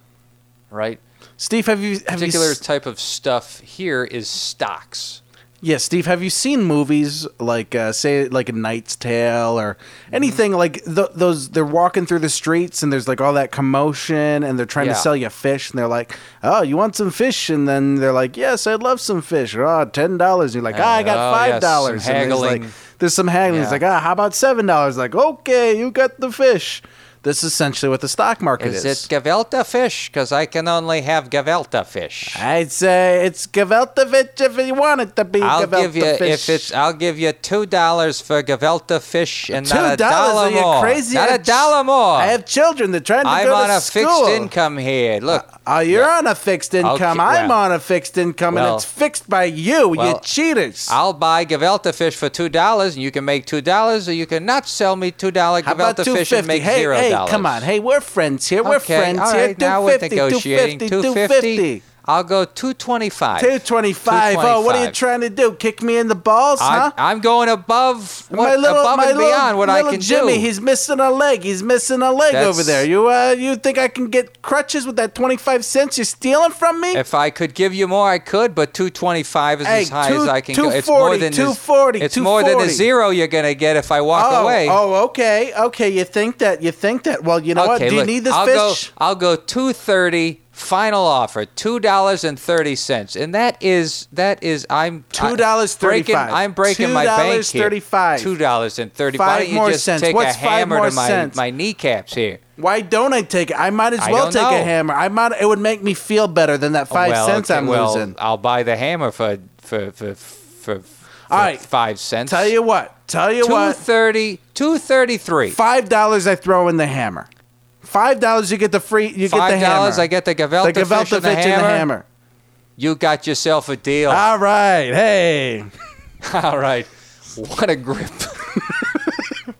[SPEAKER 4] right?
[SPEAKER 2] Steve, have you have
[SPEAKER 4] Particular
[SPEAKER 2] you s-
[SPEAKER 4] type of stuff here is stocks.
[SPEAKER 2] Yeah, Steve, have you seen movies like uh, say like a Knight's Tale or
[SPEAKER 4] Mm-hmm.
[SPEAKER 2] anything like th- those they're walking through the streets and there's like all that commotion and they're trying
[SPEAKER 4] Yeah.
[SPEAKER 2] to sell you fish and they're like, "Oh, you want some fish?" and then they're like, "Yes, I'd love some fish." Or, "Oh, $10." And you're like,
[SPEAKER 4] Yeah.
[SPEAKER 2] "Ah, I got
[SPEAKER 4] Oh, yeah,
[SPEAKER 2] $5."
[SPEAKER 4] some
[SPEAKER 2] And there's, like-
[SPEAKER 4] haggling.
[SPEAKER 2] there's some haggling. It's
[SPEAKER 4] Yeah.
[SPEAKER 2] like, "Ah, how about $7?" Like, "Okay, you got the fish." This is essentially what the stock market
[SPEAKER 4] Is
[SPEAKER 2] is.
[SPEAKER 4] it Gavelta fish? Because I can only have Gavelta fish.
[SPEAKER 2] I'd say it's Gavelta fish if you want it to be
[SPEAKER 4] I'll
[SPEAKER 2] Gavelta
[SPEAKER 4] give you
[SPEAKER 2] fish.
[SPEAKER 4] if it's. I'll give you two dollars for Gavelta fish and not
[SPEAKER 2] $2?
[SPEAKER 4] a dollar
[SPEAKER 2] Are you
[SPEAKER 4] more.
[SPEAKER 2] crazy? I
[SPEAKER 4] Not a
[SPEAKER 2] have ch-
[SPEAKER 4] dollar more.
[SPEAKER 2] I have children. They're trying to
[SPEAKER 4] I'm
[SPEAKER 2] go
[SPEAKER 4] on
[SPEAKER 2] to
[SPEAKER 4] a
[SPEAKER 2] school.
[SPEAKER 4] fixed income here. Look,
[SPEAKER 2] Oh, you're on a fixed income. I'm
[SPEAKER 4] well-
[SPEAKER 2] on a fixed income,
[SPEAKER 4] well-
[SPEAKER 2] and it's fixed by you, you
[SPEAKER 4] well,
[SPEAKER 2] cheaters.
[SPEAKER 4] I'll buy Gavelta fish for two dollars, and you can make two dollars, or you can not sell me two dollar
[SPEAKER 2] How about
[SPEAKER 4] Gavelta
[SPEAKER 2] two
[SPEAKER 4] fish and
[SPEAKER 2] fifty?
[SPEAKER 4] make
[SPEAKER 2] Hey,
[SPEAKER 4] zero
[SPEAKER 2] hey,
[SPEAKER 4] dollars.
[SPEAKER 2] come on. Hey, we're friends here. We're
[SPEAKER 4] okay,
[SPEAKER 2] friends
[SPEAKER 4] all
[SPEAKER 2] here.
[SPEAKER 4] right, now we're negotiating.
[SPEAKER 2] 250,
[SPEAKER 4] 250.
[SPEAKER 2] 250,
[SPEAKER 4] I'll go two twenty-five.
[SPEAKER 2] 225. Oh, what are you
[SPEAKER 4] 225.
[SPEAKER 2] trying to do? Kick me in the balls, huh?
[SPEAKER 4] I, I'm going above what, above and beyond what I
[SPEAKER 2] little
[SPEAKER 4] can
[SPEAKER 2] Jimmy,
[SPEAKER 4] do.
[SPEAKER 2] he's missing a leg. He's missing a leg
[SPEAKER 4] That's-
[SPEAKER 2] over there. You, uh, you think I can get crutches with that twenty-five cents you're stealing from me?
[SPEAKER 4] If I could give you more, I could, but 225 is
[SPEAKER 2] Hey,
[SPEAKER 4] as high
[SPEAKER 2] two-
[SPEAKER 4] as I can go. It's more
[SPEAKER 2] 240,
[SPEAKER 4] than this-
[SPEAKER 2] 240,
[SPEAKER 4] It's more than a
[SPEAKER 2] 240.
[SPEAKER 4] zero you're gonna get if I walk
[SPEAKER 2] oh,
[SPEAKER 4] away.
[SPEAKER 2] oh, okay, okay. You think that? You think that? Well, you know what?
[SPEAKER 4] okay,
[SPEAKER 2] Do
[SPEAKER 4] look,
[SPEAKER 2] you need this
[SPEAKER 4] I'll
[SPEAKER 2] fish?
[SPEAKER 4] Go, I'll go 230. Final offer: two dollars and thirty cents, and that is that is I'm I-
[SPEAKER 2] Two dollars
[SPEAKER 4] breaking-
[SPEAKER 2] thirty-five.
[SPEAKER 4] I'm breaking my bank here.
[SPEAKER 2] $2.35.
[SPEAKER 4] Two dollars and thirty. Why
[SPEAKER 2] Five
[SPEAKER 4] don't you
[SPEAKER 2] more
[SPEAKER 4] just
[SPEAKER 2] cents.
[SPEAKER 4] take
[SPEAKER 2] What's
[SPEAKER 4] a
[SPEAKER 2] five
[SPEAKER 4] hammer
[SPEAKER 2] more
[SPEAKER 4] to my
[SPEAKER 2] cents?
[SPEAKER 4] my kneecaps here?
[SPEAKER 2] Why don't I take it? I might as
[SPEAKER 4] I
[SPEAKER 2] well
[SPEAKER 4] don't
[SPEAKER 2] take
[SPEAKER 4] know.
[SPEAKER 2] a hammer. I might. It would make me feel better than that five
[SPEAKER 4] well,
[SPEAKER 2] cents
[SPEAKER 4] okay,
[SPEAKER 2] I'm
[SPEAKER 4] well,
[SPEAKER 2] losing.
[SPEAKER 4] I'll buy the hammer for for for for, for
[SPEAKER 2] All right.
[SPEAKER 4] five cents.
[SPEAKER 2] Tell you what. Tell you what.
[SPEAKER 4] 230 233
[SPEAKER 2] Five dollars I throw in the hammer. Five dollars you get the free. You get the
[SPEAKER 4] Five
[SPEAKER 2] hammer.
[SPEAKER 4] dollars, I get the
[SPEAKER 2] the
[SPEAKER 4] Gavelta,
[SPEAKER 2] Gavelta
[SPEAKER 4] fish and the,
[SPEAKER 2] fish
[SPEAKER 4] hammer. Oh.
[SPEAKER 2] and the hammer. Ah.
[SPEAKER 4] You got yourself a deal.
[SPEAKER 2] All right. Hey.
[SPEAKER 4] All right, what a grip.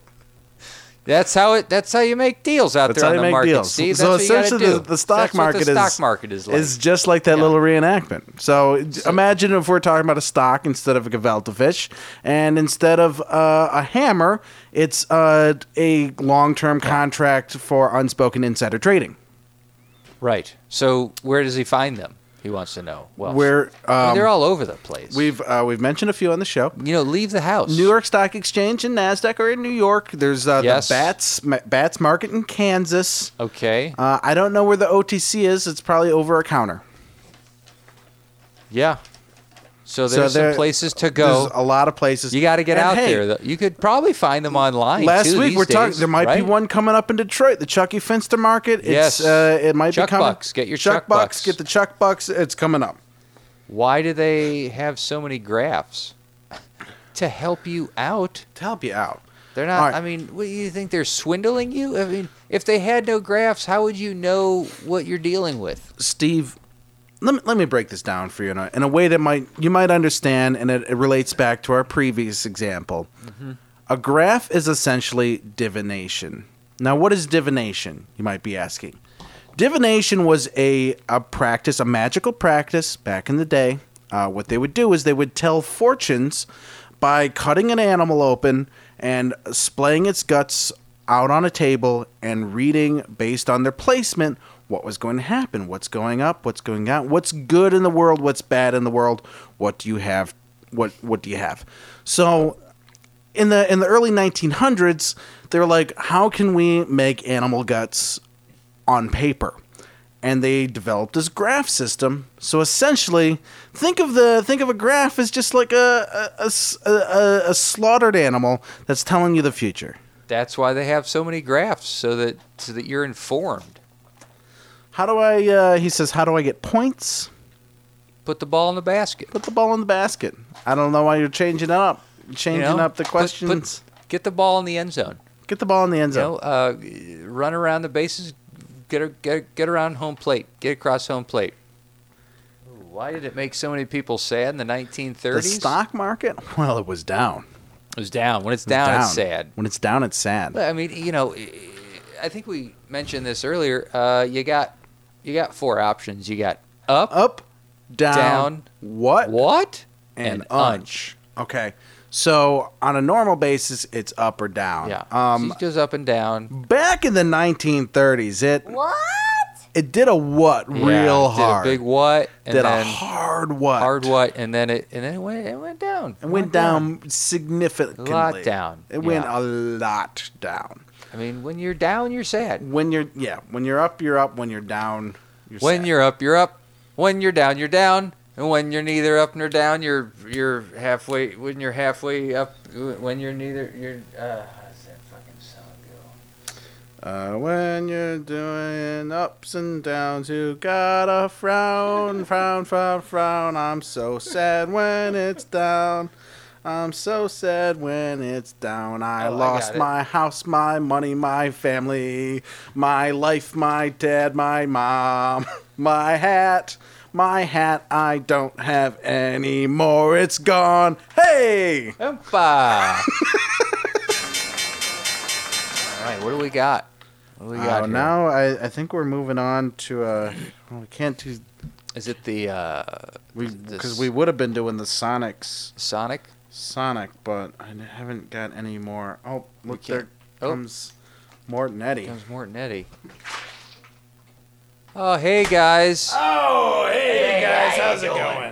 [SPEAKER 4] that's how it. That's how you make deals out
[SPEAKER 2] That's how
[SPEAKER 4] there on
[SPEAKER 2] you
[SPEAKER 4] the
[SPEAKER 2] make
[SPEAKER 4] market.
[SPEAKER 2] deals.
[SPEAKER 4] See, that's
[SPEAKER 2] so
[SPEAKER 4] what you gotta
[SPEAKER 2] essentially,
[SPEAKER 4] do.
[SPEAKER 2] the, the stock
[SPEAKER 4] That's what
[SPEAKER 2] market
[SPEAKER 4] the
[SPEAKER 2] is
[SPEAKER 4] stock market is like.
[SPEAKER 2] is just like that
[SPEAKER 4] Yeah.
[SPEAKER 2] little reenactment. So, j- imagine if we're talking about a stock instead of a Gavelta fish, and instead of uh, a hammer, it's uh, a long-term contract for unspoken insider trading.
[SPEAKER 4] right. So where does he find them? He wants to know. Well,
[SPEAKER 2] Where
[SPEAKER 4] I mean,
[SPEAKER 2] um,
[SPEAKER 4] they're all over the place.
[SPEAKER 2] we've uh, we've mentioned a few on the show.
[SPEAKER 4] you know, leave the house.
[SPEAKER 2] New York Stock Exchange and Nasdaq are in New York. There's uh,
[SPEAKER 4] Yes.
[SPEAKER 2] the Bats Ma- Bats Market in Kansas.
[SPEAKER 4] Okay.
[SPEAKER 2] Uh, I don't know where the OTC is. It's probably over a counter.
[SPEAKER 4] yeah. So
[SPEAKER 2] So
[SPEAKER 4] there's
[SPEAKER 2] there-
[SPEAKER 4] some places to
[SPEAKER 2] There's
[SPEAKER 4] go.
[SPEAKER 2] a lot of places.
[SPEAKER 4] You got to get
[SPEAKER 2] And
[SPEAKER 4] out
[SPEAKER 2] hey,
[SPEAKER 4] there. though. You could probably find them online.
[SPEAKER 2] Last
[SPEAKER 4] too,
[SPEAKER 2] week
[SPEAKER 4] these
[SPEAKER 2] we're talking.
[SPEAKER 4] days,
[SPEAKER 2] There might be
[SPEAKER 4] right?
[SPEAKER 2] one coming up in Detroit, the Chucky Finster Market. It's,
[SPEAKER 4] Yes.
[SPEAKER 2] uh, it might
[SPEAKER 4] Chuck
[SPEAKER 2] be coming.
[SPEAKER 4] Bucks. Get your Chuck Bucks.
[SPEAKER 2] Get the Chuck Bucks. It's coming up.
[SPEAKER 4] Why do they have so many graphs? to help you out.
[SPEAKER 2] To help you out.
[SPEAKER 4] They're not.
[SPEAKER 2] All right.
[SPEAKER 4] I mean, what do you think they're swindling you? I mean, if they had no graphs, how would you know what you're dealing with?
[SPEAKER 2] Steve, let me, let me break this down for you in a, in a way that might you might understand, and it, it relates back to our previous example.
[SPEAKER 4] Mm-hmm.
[SPEAKER 2] A graph is essentially divination. Now, what is divination? You might be asking. Divination was a, a practice, a magical practice back in the day. Uh, what they would do is they would tell fortunes by cutting an animal open and splaying its guts out on a table and reading based on their placement what was going to happen, what's going up, what's going down, what's good in the world, what's bad in the world, what do you have, what what do you have. So in the in the early 1900s, they're like, how can we make animal guts on paper? and they developed this graph system. So essentially, think of the think of a graph as just like a a, a s- a- a- a slaughtered animal that's telling you the future.
[SPEAKER 4] That's why they have so many graphs so that so that you're informed.
[SPEAKER 2] How do I? Uh, he says, how do I get points?
[SPEAKER 4] Put the ball in the basket.
[SPEAKER 2] Put the ball in the basket. I don't know why you're changing it up,
[SPEAKER 4] you
[SPEAKER 2] changing
[SPEAKER 4] know?
[SPEAKER 2] up the
[SPEAKER 4] Put- put-
[SPEAKER 2] questions.
[SPEAKER 4] get the ball in the end zone.
[SPEAKER 2] Get the ball in the end
[SPEAKER 4] You
[SPEAKER 2] zone.
[SPEAKER 4] know, uh, run around the bases, get a, get a- get around home plate, get across home plate. Why did it make so many people sad in the 1930s?
[SPEAKER 2] the stock market? Well, it was down.
[SPEAKER 4] It was down. When it's down, it's sad.
[SPEAKER 2] When it's down, it's sad.
[SPEAKER 4] Well, I mean, you know, I think we mentioned this earlier. Uh, you got you got four options. You got up,
[SPEAKER 2] Up, down,
[SPEAKER 4] Down.
[SPEAKER 2] what,
[SPEAKER 4] what,
[SPEAKER 2] unch. Okay. So on a normal basis, it's up or down.
[SPEAKER 4] Yeah.
[SPEAKER 2] Um,
[SPEAKER 4] she goes up and down.
[SPEAKER 2] back in the 1930s, it what? It did a what
[SPEAKER 4] Yeah,
[SPEAKER 2] real hard.
[SPEAKER 4] Did a big what and
[SPEAKER 2] did a
[SPEAKER 4] then
[SPEAKER 2] hard what.
[SPEAKER 4] hard what and then it and then it went it went down.
[SPEAKER 2] It went down significantly.
[SPEAKER 4] Lot down,
[SPEAKER 2] It went
[SPEAKER 4] yeah.
[SPEAKER 2] a lot down.
[SPEAKER 4] I mean, when you're down, you're sad.
[SPEAKER 2] When you're yeah, when you're up, you're up. When you're down, you're
[SPEAKER 4] When
[SPEAKER 2] sad.
[SPEAKER 4] you're up, you're up. When you're down, you're down. And when you're neither up nor down, you're you're halfway. When you're halfway up, when you're neither, you're. Uh, how's that fucking song go?
[SPEAKER 2] Uh, when you're doing ups and downs, you gotta frown, frown, frown, frown. I'm so sad when it's down. I'm so sad when it's down. I
[SPEAKER 4] Oh, I
[SPEAKER 2] lost
[SPEAKER 4] got it.
[SPEAKER 2] my house, my money, my family, my life, my dad, my mom, my hat. My hat I don't have anymore. It's gone. Hey!
[SPEAKER 4] Empa. All right, what do we got? What do we got
[SPEAKER 2] Uh,
[SPEAKER 4] here?
[SPEAKER 2] now I, I think we're moving on to uh well, we can't do
[SPEAKER 4] Is it the uh,
[SPEAKER 2] We
[SPEAKER 4] This-
[SPEAKER 2] because we would have been doing the Sonic's
[SPEAKER 4] Sonic?
[SPEAKER 2] Sonic, but I n- haven't got any more. Oh, look there
[SPEAKER 4] can't- oh.
[SPEAKER 2] comes Morton Eddie.
[SPEAKER 4] Comes Morton Eddie. Oh, hey guys.
[SPEAKER 2] Ah.
[SPEAKER 7] Oh,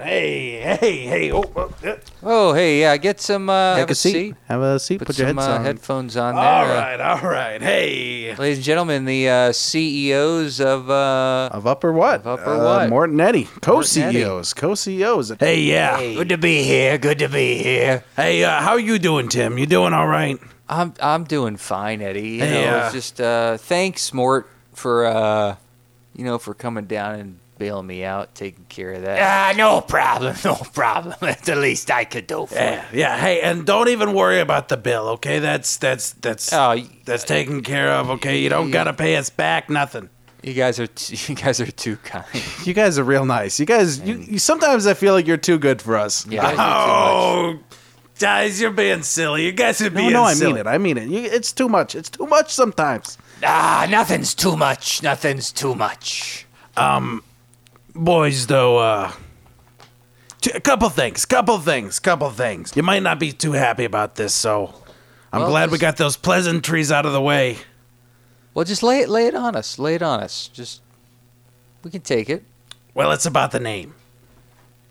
[SPEAKER 2] Hey, hey, hey! Oh, oh, yeah.
[SPEAKER 4] Oh, hey, yeah, get some. Uh, have a seat.
[SPEAKER 2] Have a seat.
[SPEAKER 4] Put,
[SPEAKER 2] Put, your
[SPEAKER 4] some
[SPEAKER 2] heads
[SPEAKER 4] uh,
[SPEAKER 2] on.
[SPEAKER 4] headphones on there.
[SPEAKER 7] All
[SPEAKER 4] Uh,
[SPEAKER 7] right, all right. Hey.
[SPEAKER 4] Ladies and gentlemen, the uh, CEOs of. Uh,
[SPEAKER 2] Of upper what?
[SPEAKER 4] Of Upper
[SPEAKER 2] uh, E
[SPEAKER 4] What?
[SPEAKER 2] Morton Eddie,
[SPEAKER 4] Morton Eddy.
[SPEAKER 2] co-CEOs, co-CEOs. Hey,
[SPEAKER 7] yeah.
[SPEAKER 4] Good to be here. Good to be here.
[SPEAKER 7] Hey, uh, how you doing, Tim? You doing all right?
[SPEAKER 4] I'm I'm doing fine, Eddie. You
[SPEAKER 7] Hey,
[SPEAKER 4] know,
[SPEAKER 7] uh,
[SPEAKER 4] it's just uh, thanks, Mort, for uh, you know, for coming down and bailing me out, taking care of that.
[SPEAKER 8] Ah, no problem, no problem. That's the least I could do for you.
[SPEAKER 7] Yeah, yeah. Hey, and don't even worry about the bill, okay? That's that's that's
[SPEAKER 8] Uh,
[SPEAKER 4] Oh, y-
[SPEAKER 7] that's taken care of, okay? You don't gotta pay us back nothing.
[SPEAKER 4] you guys are t- you guys are too kind.
[SPEAKER 2] you guys are real nice. You guys, you, you sometimes I feel like you're too good for us.
[SPEAKER 4] You guys are too much.
[SPEAKER 7] Oh, guys, you're being silly. You guys are
[SPEAKER 2] No,
[SPEAKER 7] being
[SPEAKER 2] no, I
[SPEAKER 7] silly.
[SPEAKER 2] mean it. I mean it. You, it's too much. It's too much sometimes.
[SPEAKER 8] Ah, nothing's too much, nothing's too much.
[SPEAKER 7] Boys, though, uh, t- a couple things, couple things, couple things. You might not be too happy about this, so I'm
[SPEAKER 4] Well,
[SPEAKER 7] glad we
[SPEAKER 4] just-
[SPEAKER 7] got those pleasantries out of the way.
[SPEAKER 4] Well, just lay it lay it on us. Lay it on us. Just we can take it.
[SPEAKER 7] Well, it's about the name.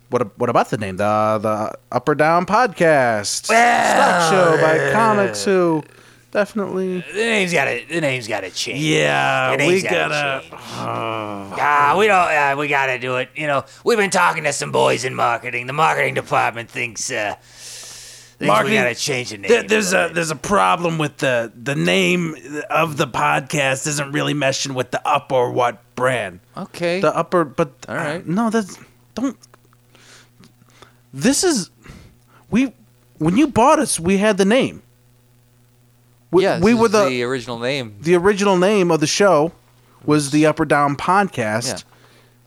[SPEAKER 2] What a- what about the name? The the Up or Down Podcast. Stock show by comics who definitely
[SPEAKER 8] The name's gotta, the name's gotta change.
[SPEAKER 7] Yeah,
[SPEAKER 8] It
[SPEAKER 7] we
[SPEAKER 8] ain't
[SPEAKER 7] gotta.
[SPEAKER 8] gotta Ah, we don't, uh, we gotta do it. You know, we've been talking to some boys in marketing. The marketing department thinks, uh, thinks
[SPEAKER 7] Marketing-
[SPEAKER 8] we gotta change the name.
[SPEAKER 7] There, there's
[SPEAKER 8] little
[SPEAKER 7] a
[SPEAKER 8] bit.
[SPEAKER 7] there's a problem with the the name of the podcast isn't really meshing with the up or what brand.
[SPEAKER 4] Okay.
[SPEAKER 2] the upper but uh,
[SPEAKER 4] All right.
[SPEAKER 2] no, that's don't This is we when you bought us, we had the name. We,
[SPEAKER 4] yeah,
[SPEAKER 2] we
[SPEAKER 4] this
[SPEAKER 2] were
[SPEAKER 4] is
[SPEAKER 2] the, the
[SPEAKER 4] the original name,
[SPEAKER 2] original name of the show was the Up or Down Podcast.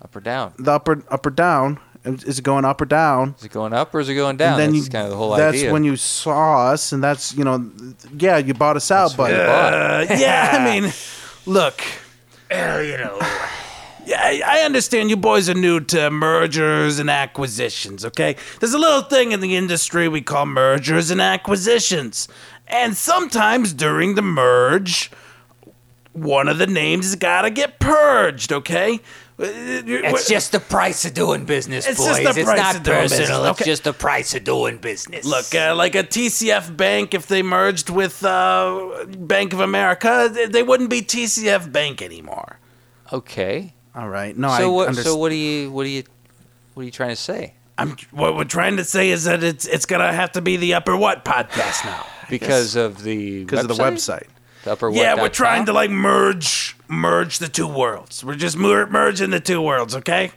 [SPEAKER 4] up or down.
[SPEAKER 2] The upper upper down is it going up or down?
[SPEAKER 4] Is it going up or is it going down?
[SPEAKER 2] And then
[SPEAKER 4] that's
[SPEAKER 2] you,
[SPEAKER 4] kind of the whole
[SPEAKER 2] that's
[SPEAKER 4] idea.
[SPEAKER 2] when you saw us, and that's you know, yeah, you bought us out, but
[SPEAKER 4] when you bought.
[SPEAKER 7] Uh, yeah, I mean, look,
[SPEAKER 8] Uh, you know,
[SPEAKER 7] yeah, I, I understand you boys are new to mergers and acquisitions. Okay, there's a little thing in the industry we call mergers and acquisitions, and sometimes during the merge, one of the names has got to get purged. Okay. Uh,
[SPEAKER 8] it's just the price of doing business,
[SPEAKER 7] It's
[SPEAKER 8] boys.
[SPEAKER 7] just the
[SPEAKER 8] it's
[SPEAKER 7] price
[SPEAKER 8] not
[SPEAKER 7] of doing business.
[SPEAKER 8] personal.
[SPEAKER 7] Okay.
[SPEAKER 8] It's just the price of doing business.
[SPEAKER 7] Look, uh, like a TCF Bank, if they merged with uh, Bank of America, th- they wouldn't be TCF Bank anymore.
[SPEAKER 4] Okay.
[SPEAKER 9] All right. No, I
[SPEAKER 4] so what?
[SPEAKER 9] understand.
[SPEAKER 4] So what are you? What are you? What are you trying to say?
[SPEAKER 2] I'm, what we're trying to say is that it's it's gonna have to be the upper what podcast now.
[SPEAKER 4] Because of the
[SPEAKER 9] because of the website.
[SPEAKER 4] The upper
[SPEAKER 2] yeah,
[SPEAKER 4] what
[SPEAKER 2] we're
[SPEAKER 4] dot
[SPEAKER 2] trying
[SPEAKER 4] com?
[SPEAKER 2] to like merge merge the two worlds. We're just mer- merging the two worlds, okay?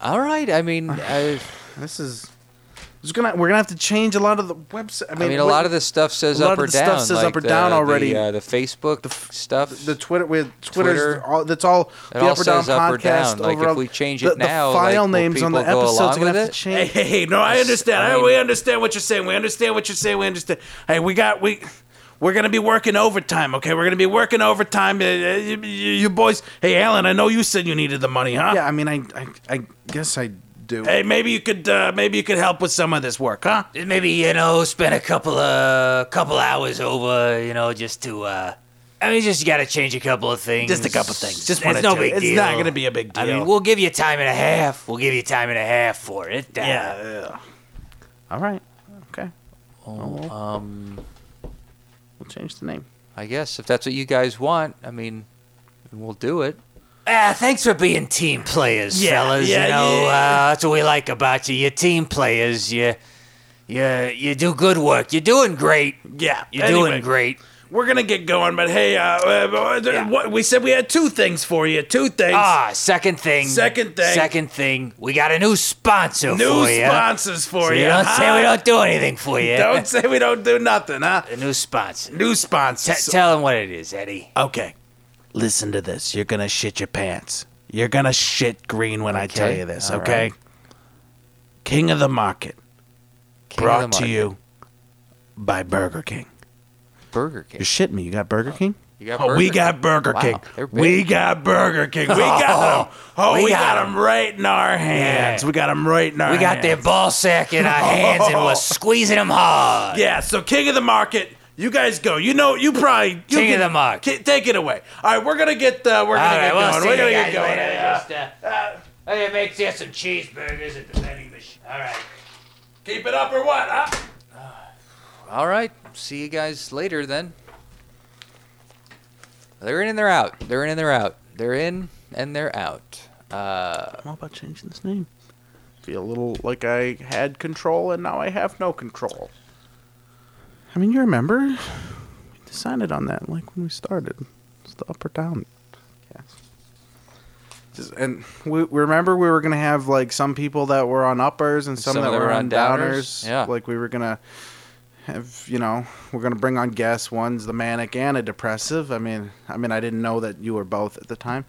[SPEAKER 4] All right. I mean, I,
[SPEAKER 9] This is. It's gonna. We're gonna have to change a lot of the website. I
[SPEAKER 4] I
[SPEAKER 9] mean,
[SPEAKER 4] mean, a
[SPEAKER 9] what-
[SPEAKER 4] lot of this stuff says
[SPEAKER 9] a lot
[SPEAKER 4] up
[SPEAKER 9] of
[SPEAKER 4] or
[SPEAKER 9] the
[SPEAKER 4] down.
[SPEAKER 9] stuff says
[SPEAKER 4] like
[SPEAKER 9] up or
[SPEAKER 4] the-
[SPEAKER 9] down
[SPEAKER 4] the,
[SPEAKER 9] already.
[SPEAKER 4] uh, the Facebook stuff.
[SPEAKER 9] the Twitter with Twitter's
[SPEAKER 4] Twitter.
[SPEAKER 9] all that's all
[SPEAKER 4] It
[SPEAKER 9] the
[SPEAKER 4] all
[SPEAKER 9] up or down
[SPEAKER 4] says up or
[SPEAKER 9] podcast.
[SPEAKER 4] down, like,
[SPEAKER 9] overall-
[SPEAKER 4] if we change
[SPEAKER 9] the,
[SPEAKER 4] it now,
[SPEAKER 9] the
[SPEAKER 4] like,
[SPEAKER 9] file
[SPEAKER 4] will
[SPEAKER 9] names on the
[SPEAKER 4] people go
[SPEAKER 9] episodes
[SPEAKER 4] along
[SPEAKER 9] gonna
[SPEAKER 4] with
[SPEAKER 9] have
[SPEAKER 4] it?
[SPEAKER 9] to
[SPEAKER 2] Hey,
[SPEAKER 9] change.
[SPEAKER 2] hey, hey! No, I
[SPEAKER 4] That's-
[SPEAKER 2] understand.
[SPEAKER 4] I
[SPEAKER 2] I
[SPEAKER 4] mean-
[SPEAKER 2] we understand what you're saying. We understand what you're saying. We understand. Hey, we got we. We're gonna be working overtime, okay? We're gonna be working overtime. Uh, uh, You, you- you boys, hey Alan, I know you said you needed the money, huh?
[SPEAKER 9] Yeah, I mean, I, I, I guess I do.
[SPEAKER 2] Hey, maybe you could, uh, maybe you could help with some of this work, huh?
[SPEAKER 8] Maybe you know, spend a couple uh, couple hours over, you know, just to. uh I mean, just you got to change a couple of things.
[SPEAKER 2] Just a couple things. Just one
[SPEAKER 8] it's
[SPEAKER 2] or
[SPEAKER 8] no
[SPEAKER 2] two.
[SPEAKER 8] big
[SPEAKER 2] It's
[SPEAKER 8] deal.
[SPEAKER 2] not gonna be a big deal.
[SPEAKER 8] I mean, we'll give you time and a half. We'll give you time and a half for it. Uh,
[SPEAKER 2] yeah. ugh.
[SPEAKER 9] All right, okay, mm-hmm.
[SPEAKER 4] Oh, um,
[SPEAKER 9] we'll change the name.
[SPEAKER 4] I guess if that's what you guys want, I mean, we'll do it.
[SPEAKER 8] Ah, thanks for being team players,
[SPEAKER 2] Yeah,
[SPEAKER 8] fellas.
[SPEAKER 2] yeah,
[SPEAKER 8] you know,
[SPEAKER 2] yeah.
[SPEAKER 8] uh, that's what we like about you. You're team players. You, you, you do good work. You're doing great.
[SPEAKER 2] Yeah.
[SPEAKER 8] You're
[SPEAKER 2] Anyway.
[SPEAKER 8] doing great.
[SPEAKER 2] We're gonna get going, but hey, uh, uh, uh,
[SPEAKER 8] Yeah.
[SPEAKER 2] what, we said we had two things for you. Two things.
[SPEAKER 8] Ah, second thing.
[SPEAKER 2] Second thing.
[SPEAKER 8] Second thing. We got a new sponsor
[SPEAKER 2] New
[SPEAKER 8] for you.
[SPEAKER 2] sponsors for
[SPEAKER 8] So
[SPEAKER 2] you.
[SPEAKER 8] you don't
[SPEAKER 2] huh?
[SPEAKER 8] say we don't do anything for you.
[SPEAKER 2] Don't say we don't do nothing, huh?
[SPEAKER 8] A new sponsor.
[SPEAKER 2] New
[SPEAKER 8] T-
[SPEAKER 2] sponsors.
[SPEAKER 8] tell him what it is, Eddie.
[SPEAKER 2] okay. Listen to this. You're gonna shit your pants. You're gonna shit green when I tell you this.
[SPEAKER 4] all
[SPEAKER 2] okay. King of the Market,
[SPEAKER 4] King of
[SPEAKER 2] brought
[SPEAKER 4] the
[SPEAKER 2] to
[SPEAKER 4] market.
[SPEAKER 2] you by Burger King.
[SPEAKER 4] Burger King.
[SPEAKER 9] You're shitting me. You got Burger King?
[SPEAKER 4] You got
[SPEAKER 2] Oh,
[SPEAKER 4] Burger
[SPEAKER 2] we
[SPEAKER 4] King.
[SPEAKER 2] got Burger
[SPEAKER 4] Wow,
[SPEAKER 2] King.
[SPEAKER 4] they're big.
[SPEAKER 2] We got Burger King. We got them. Oh, we,
[SPEAKER 8] we
[SPEAKER 2] got
[SPEAKER 8] got
[SPEAKER 2] 'em right in our hands.
[SPEAKER 8] Yeah.
[SPEAKER 2] We got them right in our
[SPEAKER 8] We
[SPEAKER 2] hands.
[SPEAKER 8] got their ball sack in our hands and we're squeezing them hard.
[SPEAKER 2] Yeah, so King of the Market. You guys go. You know, you probably you
[SPEAKER 8] King of the Market.
[SPEAKER 2] Ki- take it away. All right, we're gonna get. Uh, we're gonna
[SPEAKER 8] All right,
[SPEAKER 2] get
[SPEAKER 8] we'll
[SPEAKER 2] going.
[SPEAKER 8] see
[SPEAKER 2] We're gonna
[SPEAKER 8] you
[SPEAKER 2] get
[SPEAKER 8] guys
[SPEAKER 2] going.
[SPEAKER 8] later.
[SPEAKER 2] Yeah.
[SPEAKER 8] Just, uh, uh, hey, make you some cheeseburgers at the vending machine. All right.
[SPEAKER 2] Keep it up or what? Huh?
[SPEAKER 4] All right. See you guys later then. They're in and they're out. They're in and they're out. They're in and they're out. Uh,
[SPEAKER 9] I'm all about changing this name. Feel a little like I had control and now I have no control. I mean, you remember? We decided on that like when we started. It's the up or down. cast. Just- And we we remember we were gonna have like some people that were on uppers and some, that were on downers.
[SPEAKER 4] Yeah.
[SPEAKER 9] Like we were gonna have you know we're gonna bring on guests. One's the manic and a depressive. I mean, I mean I didn't know that you were both at the time.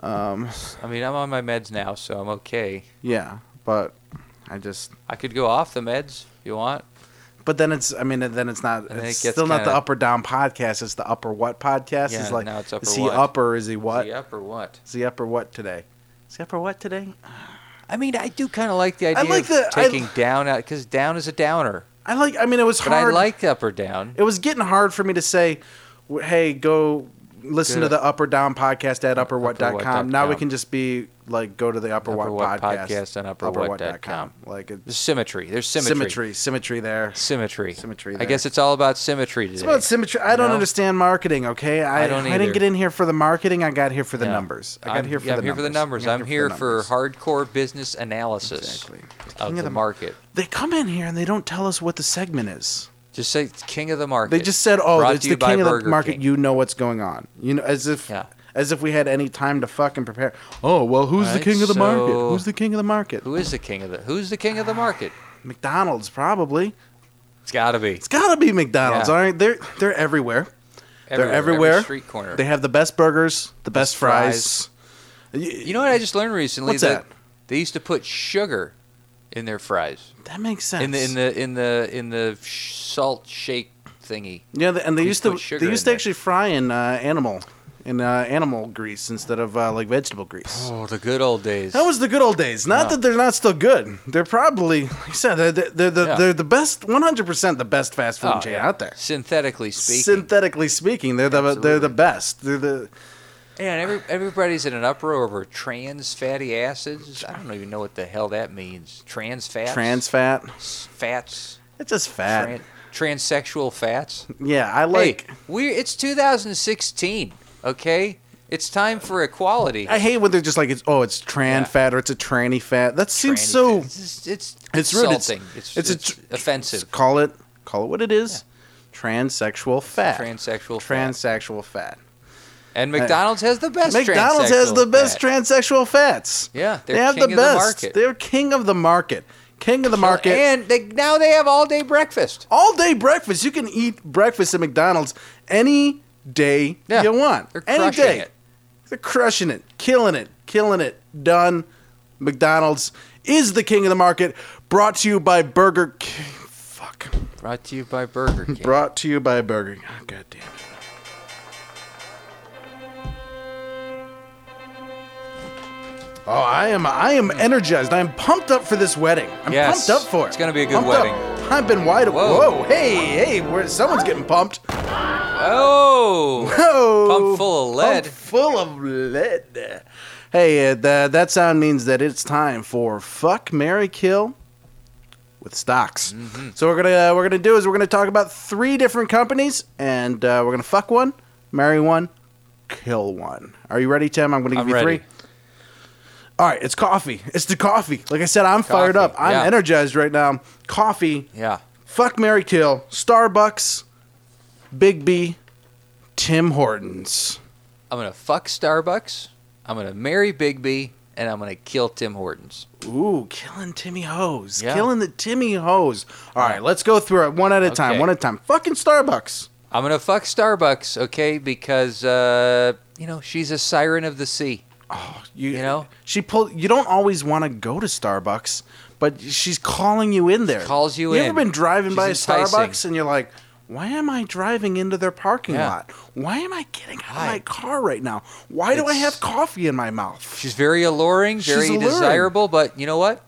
[SPEAKER 4] I mean, I'm on my meds now, so I'm okay.
[SPEAKER 9] Yeah, but I just
[SPEAKER 4] I could go off the meds if you want.
[SPEAKER 9] But then it's, I mean, then it's not,
[SPEAKER 4] then
[SPEAKER 9] it's
[SPEAKER 4] it gets
[SPEAKER 9] still not the
[SPEAKER 4] kinda-
[SPEAKER 9] up or down podcast. It's the up or what podcast.
[SPEAKER 4] Yeah,
[SPEAKER 9] it's like,
[SPEAKER 4] now it's up
[SPEAKER 9] is
[SPEAKER 4] or
[SPEAKER 9] he
[SPEAKER 4] what.
[SPEAKER 9] up or is he what?
[SPEAKER 4] Is he up or what?
[SPEAKER 9] Is he up or what today? Is he up or what today?
[SPEAKER 4] I mean, I do kind of like the idea
[SPEAKER 9] like
[SPEAKER 4] of
[SPEAKER 9] the- I-
[SPEAKER 4] taking down out because down is a downer,
[SPEAKER 9] I like, I mean, it was
[SPEAKER 4] but
[SPEAKER 9] hard.
[SPEAKER 4] I like up or down.
[SPEAKER 9] it was getting hard for me to say, w- hey, go listen to
[SPEAKER 4] Good.
[SPEAKER 9] the up or down podcast at up or what dot
[SPEAKER 4] what
[SPEAKER 9] com.
[SPEAKER 4] dot
[SPEAKER 9] Now we
[SPEAKER 4] com.
[SPEAKER 9] can just be like, go to the up or
[SPEAKER 4] Up
[SPEAKER 9] what
[SPEAKER 4] or what
[SPEAKER 9] podcast,
[SPEAKER 4] podcast and up or
[SPEAKER 9] or
[SPEAKER 4] what
[SPEAKER 9] what
[SPEAKER 4] dot
[SPEAKER 9] dot com. Like,
[SPEAKER 4] There's
[SPEAKER 9] it's
[SPEAKER 4] symmetry. There's symmetry.
[SPEAKER 9] symmetry, symmetry there.
[SPEAKER 4] Symmetry.
[SPEAKER 9] Symmetry
[SPEAKER 4] I
[SPEAKER 9] there.
[SPEAKER 4] guess it's all about symmetry today.
[SPEAKER 9] It's about symmetry. I don't
[SPEAKER 4] No.
[SPEAKER 9] understand marketing. Okay, I,
[SPEAKER 4] I don't
[SPEAKER 9] I didn't
[SPEAKER 4] either.
[SPEAKER 9] get in here for the marketing. I got here for the
[SPEAKER 4] Yeah.
[SPEAKER 9] numbers. I got
[SPEAKER 4] I'm-
[SPEAKER 9] here for
[SPEAKER 4] yeah,
[SPEAKER 9] the
[SPEAKER 4] I'm here
[SPEAKER 9] numbers.
[SPEAKER 4] for the numbers.
[SPEAKER 9] I got
[SPEAKER 4] I'm here for
[SPEAKER 9] numbers.
[SPEAKER 4] hardcore business analysis
[SPEAKER 9] Exactly.
[SPEAKER 4] of
[SPEAKER 9] King
[SPEAKER 4] the,
[SPEAKER 9] of the-
[SPEAKER 4] market.
[SPEAKER 9] They come in here and they don't tell us what the segment is.
[SPEAKER 4] Just say king of the market.
[SPEAKER 9] They just said, "Oh,
[SPEAKER 4] Brought
[SPEAKER 9] it's
[SPEAKER 4] to
[SPEAKER 9] the
[SPEAKER 4] you by
[SPEAKER 9] king of the
[SPEAKER 4] Burger
[SPEAKER 9] market.
[SPEAKER 4] King.
[SPEAKER 9] You know what's going on." You know, as if
[SPEAKER 4] Yeah.
[SPEAKER 9] as if we had any time to fucking prepare. Oh well, who's the
[SPEAKER 4] Alright,
[SPEAKER 9] king of the market?
[SPEAKER 4] so-
[SPEAKER 9] Who's the king of the market?
[SPEAKER 4] Who is the king of the? Who's the king of the market?
[SPEAKER 9] McDonald's probably.
[SPEAKER 4] It's got to be.
[SPEAKER 9] It's gotta be McDonald's.
[SPEAKER 4] Yeah.
[SPEAKER 9] All right, they're they're everywhere.
[SPEAKER 4] Everywhere,
[SPEAKER 9] They're
[SPEAKER 4] every
[SPEAKER 9] everywhere.
[SPEAKER 4] street corner.
[SPEAKER 9] They have the best burgers, the best,
[SPEAKER 4] fries.
[SPEAKER 9] fries. Y-
[SPEAKER 4] you know what I just learned recently
[SPEAKER 9] What's
[SPEAKER 4] is that, they used to put sugar in their fries
[SPEAKER 9] that makes sense.
[SPEAKER 4] in the in the in the in the sh- salt shake thingy.
[SPEAKER 9] Yeah, the, and they
[SPEAKER 4] Please
[SPEAKER 9] used
[SPEAKER 4] put
[SPEAKER 9] to
[SPEAKER 4] sugar
[SPEAKER 9] they
[SPEAKER 4] in
[SPEAKER 9] used to
[SPEAKER 4] there.
[SPEAKER 9] actually fry in uh, animal in uh, animal grease instead of uh, like vegetable grease.
[SPEAKER 4] Oh, the good old days.
[SPEAKER 9] That was the good old days. Not
[SPEAKER 4] Yeah.
[SPEAKER 9] that they're not still good. They're probably, like I said, they're, they're, they're, the
[SPEAKER 4] Yeah.
[SPEAKER 9] they're the best, 100% the best fast food
[SPEAKER 4] Oh,
[SPEAKER 9] chain
[SPEAKER 4] yeah.
[SPEAKER 9] out there.
[SPEAKER 4] synthetically speaking.
[SPEAKER 9] Synthetically speaking, they're the, they're the best. They're the,
[SPEAKER 4] Yeah, and every, everybody's in an uproar over trans fatty acids. I don't even know what the hell that means. Trans fats.
[SPEAKER 9] trans fat.
[SPEAKER 4] S- fats.
[SPEAKER 9] It's just fat.
[SPEAKER 4] Tran- transsexual fats.
[SPEAKER 9] yeah, I like.
[SPEAKER 4] hey, we it's 2016. Okay, It's time for equality.
[SPEAKER 9] I hate when they're just like, it's, oh, it's tran
[SPEAKER 4] Yeah.
[SPEAKER 9] fat or it's a tranny fat. That seems so.
[SPEAKER 4] it's just- it's
[SPEAKER 9] It's rude. It's-
[SPEAKER 4] insulting. It's
[SPEAKER 9] it's
[SPEAKER 4] it's,
[SPEAKER 9] a tr-
[SPEAKER 4] offensive.
[SPEAKER 9] Call it, call it what it is. Transsexual fat.
[SPEAKER 4] Transsexual. fat.
[SPEAKER 9] Transsexual fat.
[SPEAKER 4] And McDonald's has the best.
[SPEAKER 9] McDonald's has the
[SPEAKER 4] transsexual
[SPEAKER 9] best
[SPEAKER 4] fat.
[SPEAKER 9] transsexual fats.
[SPEAKER 4] Yeah,
[SPEAKER 9] they
[SPEAKER 4] they're
[SPEAKER 9] have
[SPEAKER 4] king
[SPEAKER 9] the
[SPEAKER 4] of the
[SPEAKER 9] best.
[SPEAKER 4] market.
[SPEAKER 9] they're king of the market. King of the market.
[SPEAKER 4] And they, now they have all day breakfast.
[SPEAKER 9] all day breakfast. You can eat breakfast at McDonald's any day
[SPEAKER 4] Yeah.
[SPEAKER 9] you want.
[SPEAKER 4] They're
[SPEAKER 9] any
[SPEAKER 4] crushing
[SPEAKER 9] day.
[SPEAKER 4] it.
[SPEAKER 9] They're crushing it, killing it, killing it. Done. McDonald's is the king of the market. Brought to you by Burger King. Fuck.
[SPEAKER 4] Brought to you by Burger King.
[SPEAKER 9] Brought to you by Burger King. Oh, God damn it. Oh, I am I am energized. I am pumped up for this wedding. I'm
[SPEAKER 4] Yes.
[SPEAKER 9] pumped up for it.
[SPEAKER 4] It's gonna be a good
[SPEAKER 9] Pumped up.
[SPEAKER 4] wedding.
[SPEAKER 9] I've been wide. Whoa.
[SPEAKER 4] Whoa.
[SPEAKER 9] Whoa. Hey, hey, where, someone's getting pumped.
[SPEAKER 4] oh,
[SPEAKER 9] Oh,
[SPEAKER 4] Pump full of lead.
[SPEAKER 9] Pump full of lead. Hey, uh, th- that sound means that it's time for fuck Mary Kill with stocks.
[SPEAKER 4] Mm-hmm.
[SPEAKER 9] So we're gonna uh, we're gonna do is we're gonna talk about three different companies, and uh, we're gonna fuck one, marry one, kill one. Are you ready, Tim? I'm gonna give
[SPEAKER 4] I'm
[SPEAKER 9] you
[SPEAKER 4] ready.
[SPEAKER 9] three. All right, it's coffee. It's the coffee. Like I said, I'm fired
[SPEAKER 4] Coffee,
[SPEAKER 9] up. I'm
[SPEAKER 4] yeah.
[SPEAKER 9] energized right now. Coffee.
[SPEAKER 4] yeah.
[SPEAKER 9] Fuck Mary Kill, Starbucks, Big B, Tim Hortons.
[SPEAKER 4] I'm gonna fuck Starbucks. I'm gonna marry Big B, and I'm gonna kill Tim Hortons.
[SPEAKER 9] Ooh, killing Timmy Hoes.
[SPEAKER 4] Yeah.
[SPEAKER 9] Killing the Timmy Hoes. All right, let's go through it one at a time.
[SPEAKER 4] Okay.
[SPEAKER 9] One at a time. Fucking Starbucks.
[SPEAKER 4] I'm gonna fuck Starbucks, okay? Because uh, you know she's a siren of the sea. You know?
[SPEAKER 9] she pulled. You don't always want to go to Starbucks, but she's calling you in there.
[SPEAKER 4] calls you
[SPEAKER 9] You
[SPEAKER 4] in.
[SPEAKER 9] ever been driving
[SPEAKER 4] She's
[SPEAKER 9] by a
[SPEAKER 4] enticing.
[SPEAKER 9] Starbucks and you're like, why am I driving into their parking
[SPEAKER 4] Yeah.
[SPEAKER 9] lot? Why am I getting out of
[SPEAKER 4] Why?
[SPEAKER 9] my car right now? Why do I
[SPEAKER 4] It's-
[SPEAKER 9] have coffee in my mouth?
[SPEAKER 4] She's very alluring,
[SPEAKER 9] She's
[SPEAKER 4] very
[SPEAKER 9] alluring.
[SPEAKER 4] desirable, but you know what?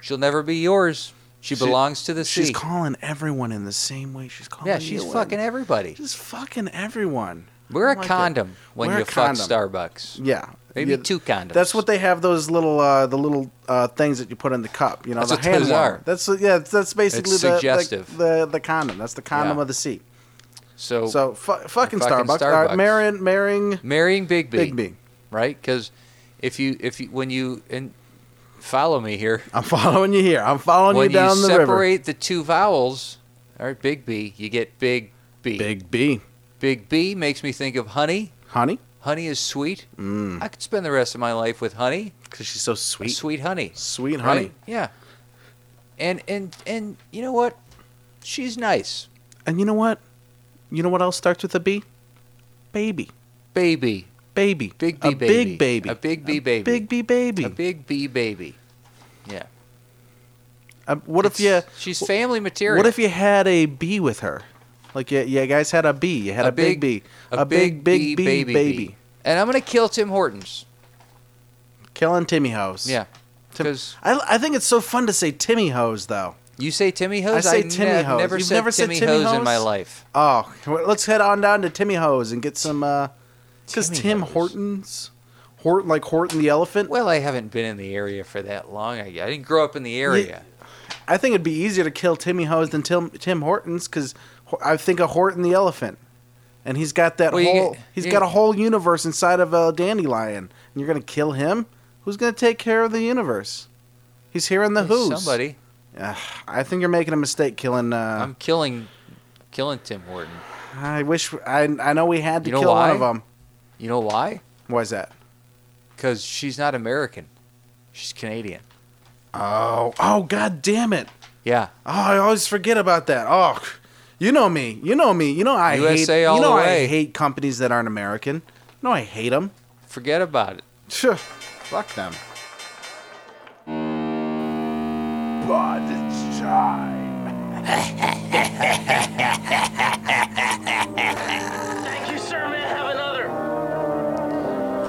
[SPEAKER 4] She'll never be yours. She,
[SPEAKER 9] She-
[SPEAKER 4] belongs to the
[SPEAKER 9] She's
[SPEAKER 4] sea.
[SPEAKER 9] calling everyone in the same way she's calling.
[SPEAKER 4] yeah, she's
[SPEAKER 9] you in.
[SPEAKER 4] fucking everybody.
[SPEAKER 9] She's fucking everyone.
[SPEAKER 4] Wear
[SPEAKER 9] I
[SPEAKER 4] a
[SPEAKER 9] don't like it.
[SPEAKER 4] condom when
[SPEAKER 9] Wear a
[SPEAKER 4] you fuck
[SPEAKER 9] condom.
[SPEAKER 4] Starbucks.
[SPEAKER 9] Yeah,
[SPEAKER 4] Maybe
[SPEAKER 9] Yeah,
[SPEAKER 4] two condoms.
[SPEAKER 9] That's what they have those little uh, the little uh, things that you put in the cup. You know,
[SPEAKER 4] That's
[SPEAKER 9] the
[SPEAKER 4] what
[SPEAKER 9] hand
[SPEAKER 4] those
[SPEAKER 9] warmer.
[SPEAKER 4] are.
[SPEAKER 9] That's what- yeah. That's basically
[SPEAKER 4] It's
[SPEAKER 9] the, the-
[SPEAKER 4] suggestive.
[SPEAKER 9] The, the condom. That's the condom
[SPEAKER 4] Yeah.
[SPEAKER 9] of the sea.
[SPEAKER 4] So,
[SPEAKER 9] So fu- fucking,
[SPEAKER 4] Fucking
[SPEAKER 9] Starbucks. All right,
[SPEAKER 4] Starbucks.
[SPEAKER 9] marrying marrying
[SPEAKER 4] marrying Big B,
[SPEAKER 9] Big B.
[SPEAKER 4] right? Because if you if you when you and follow me here,
[SPEAKER 9] I'm following you here. I'm following
[SPEAKER 4] when
[SPEAKER 9] you down the river.
[SPEAKER 4] separate the two vowels, all right, Big B, you get Big B.
[SPEAKER 9] Big B,
[SPEAKER 4] Big B makes me think of honey.
[SPEAKER 9] honey,
[SPEAKER 4] Honey is sweet. Mm. I could spend the rest of my life with honey.
[SPEAKER 9] because she's so sweet, sweet,
[SPEAKER 4] Sweet honey.
[SPEAKER 9] honey.
[SPEAKER 4] Right? Yeah. And and and you know what? She's nice.
[SPEAKER 9] And you know what? You know what else starts with a B? Baby,
[SPEAKER 4] Baby.
[SPEAKER 9] baby,
[SPEAKER 4] Big B
[SPEAKER 9] a
[SPEAKER 4] baby.
[SPEAKER 9] big baby,
[SPEAKER 4] A big B
[SPEAKER 9] A
[SPEAKER 4] baby.
[SPEAKER 9] big B baby.
[SPEAKER 4] A big B baby. Yeah.
[SPEAKER 9] Uh, what if you?
[SPEAKER 4] It's- She's family material.
[SPEAKER 9] What if you had a bee with her? Like you, you guys had a bee. You had a, big, bee. A, big, big, bee, baby.
[SPEAKER 4] And I'm gonna kill Tim Hortons.
[SPEAKER 9] Killing Timmy Hoes.
[SPEAKER 4] Yeah.
[SPEAKER 9] Tim-
[SPEAKER 4] Because
[SPEAKER 9] I, I think it's so fun to say Timmy Hoes, though.
[SPEAKER 4] you say Timmy Hose,
[SPEAKER 9] I say
[SPEAKER 4] ne-
[SPEAKER 9] Timmy Hose.
[SPEAKER 4] Never
[SPEAKER 9] You've
[SPEAKER 4] said
[SPEAKER 9] never said
[SPEAKER 4] Timmy
[SPEAKER 9] Timmy
[SPEAKER 4] Hose
[SPEAKER 9] Hose?
[SPEAKER 4] in my life.
[SPEAKER 9] Oh, well, let's head on down to Timmy Hoes and get some. uh 'cause
[SPEAKER 4] Timmy
[SPEAKER 9] Tim
[SPEAKER 4] Hoes.
[SPEAKER 9] Hortons. Horton, like Horton the elephant.
[SPEAKER 4] Well, I haven't been in the area for that long. I, I didn't grow up in the area.
[SPEAKER 9] I think it'd be easier to kill Timmy Hoes than Tim, Tim Hortons because I think of Horton the elephant. And he's got that
[SPEAKER 4] Well, you
[SPEAKER 9] whole
[SPEAKER 4] get-
[SPEAKER 9] he's
[SPEAKER 4] you-
[SPEAKER 9] got a whole universe inside of a dandelion. And you're gonna kill him? Who's gonna take care of the universe? He's here in the Who's.
[SPEAKER 4] Somebody.
[SPEAKER 9] Ugh, I think you're making a mistake killing uh,
[SPEAKER 4] I'm killing, killing Tim Horton.
[SPEAKER 9] I wish I I know we had to
[SPEAKER 4] You know
[SPEAKER 9] kill one
[SPEAKER 4] why?
[SPEAKER 9] of them.
[SPEAKER 4] You know why?
[SPEAKER 9] Why's that?
[SPEAKER 4] Because she's not American. She's Canadian.
[SPEAKER 9] Oh oh god damn it.
[SPEAKER 4] Yeah.
[SPEAKER 9] Oh, I always forget about that. Oh, you know me. You know me. You know I
[SPEAKER 4] USA
[SPEAKER 9] hate.
[SPEAKER 4] all
[SPEAKER 9] you know
[SPEAKER 4] the
[SPEAKER 9] I
[SPEAKER 4] way.
[SPEAKER 9] hate companies that aren't American. No, I hate them.
[SPEAKER 4] Forget about it.
[SPEAKER 9] Fuck them. But it's time.
[SPEAKER 10] Thank you, sir. May I have another?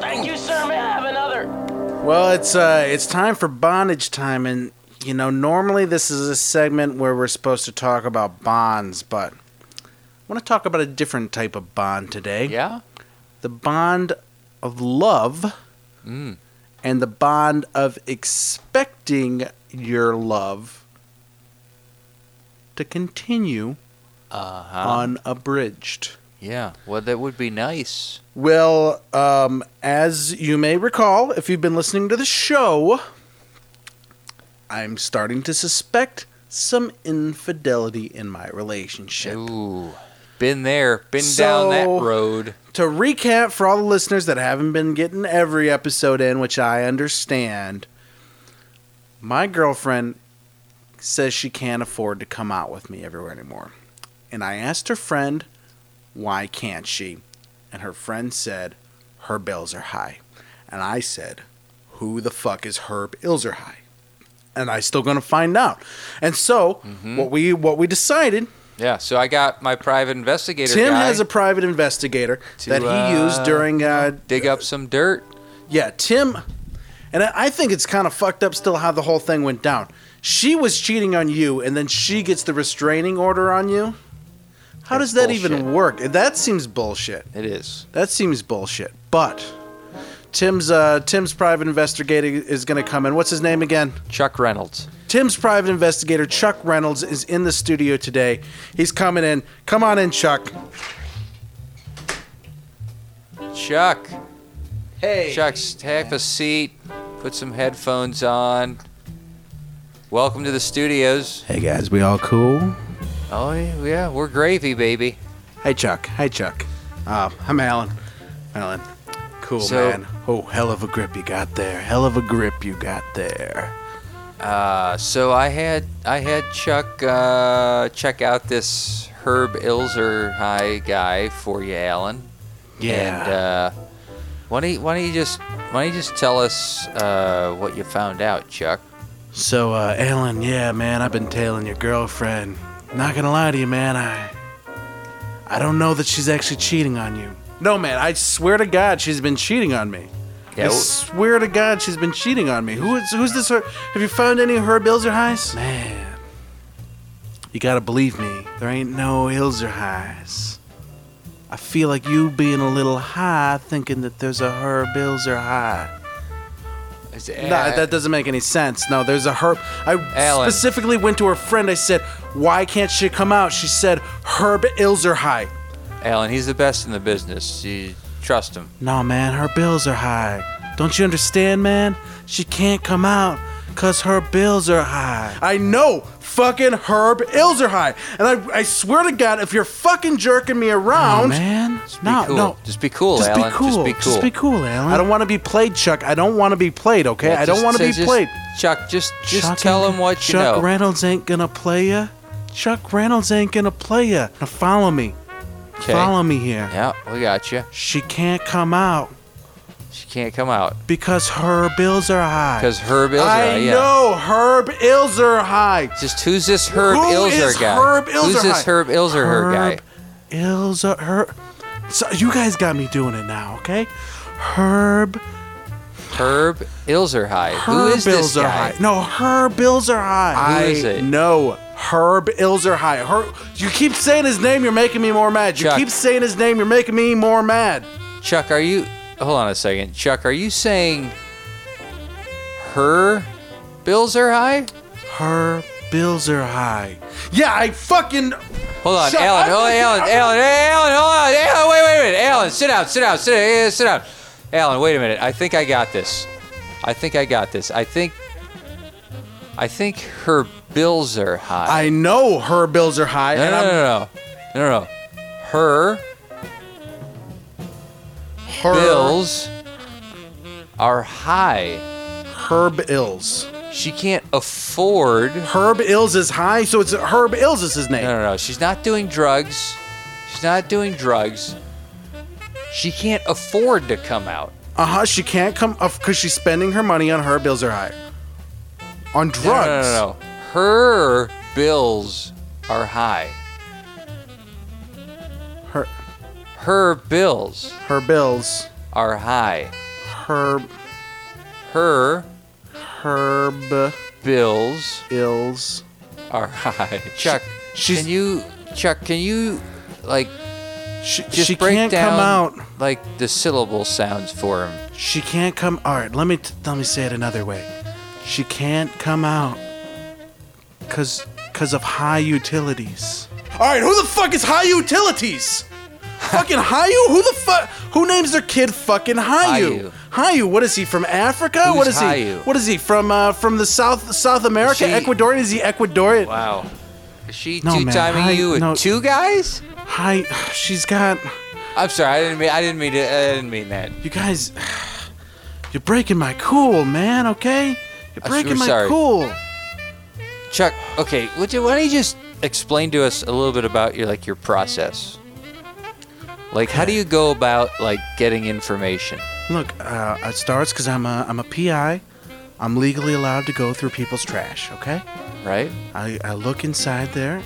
[SPEAKER 10] Thank you, sir. May I have another?
[SPEAKER 9] Well, it's uh, it's time for bondage time, and you know normally this is a segment where we're supposed to talk about bonds, but I want to talk about a different type of bond today.
[SPEAKER 4] Yeah.
[SPEAKER 9] the bond of love
[SPEAKER 4] Mm.
[SPEAKER 9] and the bond of expecting your love to continue
[SPEAKER 4] Uh huh.
[SPEAKER 9] unabridged.
[SPEAKER 4] Yeah. Well, that would be nice.
[SPEAKER 9] Well, um, as you may recall, if you've been listening to the show, I'm starting to suspect some infidelity in my relationship.
[SPEAKER 4] Ooh. Been there. Been down
[SPEAKER 9] So-
[SPEAKER 4] that road.
[SPEAKER 9] To recap for all the listeners that haven't been getting every episode in, which I understand, my girlfriend says she can't afford to come out with me everywhere anymore. And I asked her friend, why can't she? And her friend said, her bills are high. And I said, who the fuck is her bills are high? And I still gonna find out. And so
[SPEAKER 4] Mm-hmm.
[SPEAKER 9] what we what we decided
[SPEAKER 4] Yeah. So I got my private investigator
[SPEAKER 9] Tim
[SPEAKER 4] guy
[SPEAKER 9] has a private investigator
[SPEAKER 4] To,
[SPEAKER 9] that he used
[SPEAKER 4] uh,
[SPEAKER 9] during uh,
[SPEAKER 4] dig up some dirt.
[SPEAKER 9] yeah, Tim. And I I think it's kind of fucked up still how the whole thing went down. She was cheating on you, and then she gets the restraining order on you. How
[SPEAKER 4] That's
[SPEAKER 9] does that
[SPEAKER 4] bullshit.
[SPEAKER 9] even work? That seems bullshit.
[SPEAKER 4] It is.
[SPEAKER 9] That seems bullshit. But Tim's uh, Tim's private investigator is going to come in. What's his name again?
[SPEAKER 4] Chuck Reynolds.
[SPEAKER 9] Tim's private investigator Chuck Reynolds is in the studio today. He's coming in. Come on in, Chuck.
[SPEAKER 4] Chuck.
[SPEAKER 9] Hey.
[SPEAKER 4] Chuck's take a seat. Put some headphones on. Welcome to the studios.
[SPEAKER 9] Hey guys, we all cool?
[SPEAKER 4] Oh yeah, we're gravy, baby.
[SPEAKER 9] Hey Chuck. Hey Chuck. Uh, I'm Alan. Alan. Cool
[SPEAKER 4] So-
[SPEAKER 9] man. Oh, hell of a grip you got there. Hell of a grip you got there.
[SPEAKER 4] Uh, so I had I had Chuck uh, check out this Herb Ilzer high guy for you, Alan.
[SPEAKER 9] Yeah.
[SPEAKER 4] And uh, why don't you, why don't you just why don't you just tell us uh, what you found out, Chuck?
[SPEAKER 9] so, uh, Alan, yeah, man, I've been tailing your girlfriend. Not gonna lie to you, man. I, I don't know that she's actually cheating on you. No, man. I swear to God, she's been cheating on me. I
[SPEAKER 4] Yeah, w-
[SPEAKER 9] swear to God, she's been cheating on me. Who is who's this? Her? Have you found any her bills or highs? Man, you gotta believe me. There ain't no hills or highs. I feel like you being a little high, thinking that there's a her bills or high.
[SPEAKER 4] is-
[SPEAKER 9] No, that doesn't make any sense. No, there's a her. I
[SPEAKER 4] Alan.
[SPEAKER 9] specifically went to her friend. I said, "Why can't she come out?" She said, "Herb ills are high."
[SPEAKER 4] Alan, he's the best in the business. You trust him.
[SPEAKER 9] No, man, her bills are high. Don't you understand, man? She can't come out because her bills are high. I know! Fucking Herb Ills are high. And I, I swear to God, if you're fucking jerking me around. man.
[SPEAKER 4] Be cool. Just be cool,
[SPEAKER 9] Just be
[SPEAKER 4] Alan.
[SPEAKER 9] cool.
[SPEAKER 4] Just be cool.
[SPEAKER 9] Just be cool, Alan. I don't want to be played, Chuck. I don't want to be played, okay?
[SPEAKER 4] Yeah,
[SPEAKER 9] I don't
[SPEAKER 4] just
[SPEAKER 9] want to
[SPEAKER 4] say-
[SPEAKER 9] be
[SPEAKER 4] just-
[SPEAKER 9] played.
[SPEAKER 4] Chuck, just just
[SPEAKER 9] Chuck
[SPEAKER 4] tell
[SPEAKER 9] ain't-
[SPEAKER 4] him what you
[SPEAKER 9] Chuck
[SPEAKER 4] know.
[SPEAKER 9] Reynolds ain't gonna play ya. Chuck Reynolds ain't gonna play ya. Now follow me.
[SPEAKER 4] Okay.
[SPEAKER 9] Follow me here.
[SPEAKER 4] Yeah, we got you.
[SPEAKER 9] She can't come out
[SPEAKER 4] She can't come out
[SPEAKER 9] because her bills are high.
[SPEAKER 4] because Herb Ilzer.
[SPEAKER 9] I
[SPEAKER 4] yeah.
[SPEAKER 9] know Herb Ilzer high.
[SPEAKER 4] Just who's this Herb
[SPEAKER 9] Who
[SPEAKER 4] Ilzer
[SPEAKER 9] is
[SPEAKER 4] guy?
[SPEAKER 9] Herb Ilzer
[SPEAKER 4] Who's this
[SPEAKER 9] high?
[SPEAKER 4] Herb Ilzer her guy?
[SPEAKER 9] Herb Ilzer her so you guys got me doing it now, okay? Herb
[SPEAKER 4] Herb Ilzer high. Who
[SPEAKER 9] Herb
[SPEAKER 4] is this
[SPEAKER 9] Ilzer
[SPEAKER 4] guy?
[SPEAKER 9] high. No, Herb Ilzer high.
[SPEAKER 4] Who is it?
[SPEAKER 9] No. Herb Ilzer high. Her, you keep saying his name, you're making me more mad. You
[SPEAKER 4] Chuck.
[SPEAKER 9] keep saying his name, you're making me more mad.
[SPEAKER 4] Chuck, are you? Hold on a second. Chuck, are you saying her Ilzer high?
[SPEAKER 9] Herb Ilzer high. Yeah, I fucking
[SPEAKER 4] Hold on,
[SPEAKER 9] Shut
[SPEAKER 4] Alan.
[SPEAKER 9] up.
[SPEAKER 4] Oh, Alan, Alan, hey, Alan, hold on, Alan. Wait, wait a minute, Alan. Sit down, sit down, sit down, yeah, sit down. Alan, wait a minute. I think I got this. I think I got this. I think. I think her bills are high.
[SPEAKER 9] I know her bills are high,
[SPEAKER 4] no,
[SPEAKER 9] and
[SPEAKER 4] no,
[SPEAKER 9] I'm
[SPEAKER 4] no, no, no, no, no. Her
[SPEAKER 9] Herb,
[SPEAKER 4] bills are high.
[SPEAKER 9] Herb Ills.
[SPEAKER 4] She can't afford.
[SPEAKER 9] Herb Ills is high, so it's Herb Ills is his name.
[SPEAKER 4] No, no, no. She's not doing drugs. She's not doing drugs. She can't afford to come out.
[SPEAKER 9] Uh huh. She can't come up because she's spending her money on Herb Ills are high. On drugs.
[SPEAKER 4] No, no, no, no. Her bills are high.
[SPEAKER 9] Her
[SPEAKER 4] Her bills
[SPEAKER 9] her bills.
[SPEAKER 4] are high.
[SPEAKER 9] Herb
[SPEAKER 4] Her
[SPEAKER 9] Herb
[SPEAKER 4] bills
[SPEAKER 9] Ills.
[SPEAKER 4] are high. Chuck,
[SPEAKER 9] she's-
[SPEAKER 4] can you? Chuck, can you? Like,
[SPEAKER 9] She,
[SPEAKER 4] just
[SPEAKER 9] she
[SPEAKER 4] break
[SPEAKER 9] can't
[SPEAKER 4] down
[SPEAKER 9] come out.
[SPEAKER 4] like the syllable sounds for him.
[SPEAKER 9] She can't come. All right. Let me t- let me say it another way. She can't come out. Cause cause of high utilities. All right. Who the fuck is high utilities? fucking Hayu? Who the fuck? Who names their kid fucking Hayu?
[SPEAKER 4] Hayu.
[SPEAKER 9] Hayu. What is he from Africa?
[SPEAKER 4] Who's
[SPEAKER 9] what is he?
[SPEAKER 4] Hayu?
[SPEAKER 9] What is he from? Uh, from the South South America?
[SPEAKER 4] She-
[SPEAKER 9] Ecuadorian? Is he Ecuadorian?
[SPEAKER 4] Wow. Is she
[SPEAKER 9] No, man,
[SPEAKER 4] two-timing
[SPEAKER 9] I-
[SPEAKER 4] you with
[SPEAKER 9] no.
[SPEAKER 4] two guys?
[SPEAKER 9] Hi. She's got.
[SPEAKER 4] I'm sorry. I didn't mean. I didn't mean. To, I didn't mean that.
[SPEAKER 9] You guys. You're breaking my cool, man. Okay. You're
[SPEAKER 4] I'm
[SPEAKER 9] breaking
[SPEAKER 4] sure-
[SPEAKER 9] my
[SPEAKER 4] sorry.
[SPEAKER 9] cool.
[SPEAKER 4] Chuck. Okay. Would you? Why don't you just explain to us a little bit about your like your process? Like, how do you go about like getting information?
[SPEAKER 9] Look, uh, it starts because I'm a I'm a PI. I'm legally allowed to go through people's trash. Okay.
[SPEAKER 4] Right.
[SPEAKER 9] I, I look inside there.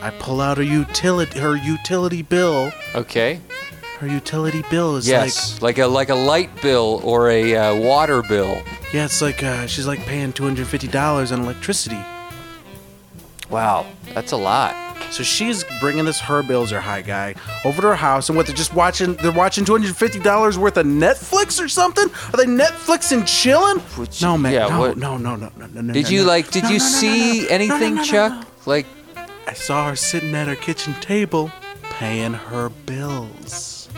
[SPEAKER 9] I pull out a utility her utility bill.
[SPEAKER 4] Okay.
[SPEAKER 9] Her utility bill is
[SPEAKER 4] yes. Like, a like a light bill or a uh, water bill.
[SPEAKER 9] like yeah, it's like uh, she's like paying two hundred fifty dollars on electricity.
[SPEAKER 4] Wow. That's a lot.
[SPEAKER 9] So she's bringing this her bills or high guy over to her house, and what they're just watching they're watching two hundred fifty dollars worth of Netflix or something. Are they Netflix and chilling?
[SPEAKER 4] Which-
[SPEAKER 9] no man,
[SPEAKER 4] yeah,
[SPEAKER 9] no,
[SPEAKER 4] what-
[SPEAKER 9] no, no, no, no, no, no.
[SPEAKER 4] Did
[SPEAKER 9] no,
[SPEAKER 4] you
[SPEAKER 9] no.
[SPEAKER 4] like? Did
[SPEAKER 9] No,
[SPEAKER 4] you
[SPEAKER 9] no, no, no,
[SPEAKER 4] see
[SPEAKER 9] no. No,
[SPEAKER 4] anything,
[SPEAKER 9] no, no, no,
[SPEAKER 4] Chuck?
[SPEAKER 9] no.
[SPEAKER 4] Like,
[SPEAKER 9] I saw her sitting at her kitchen table, paying her bills.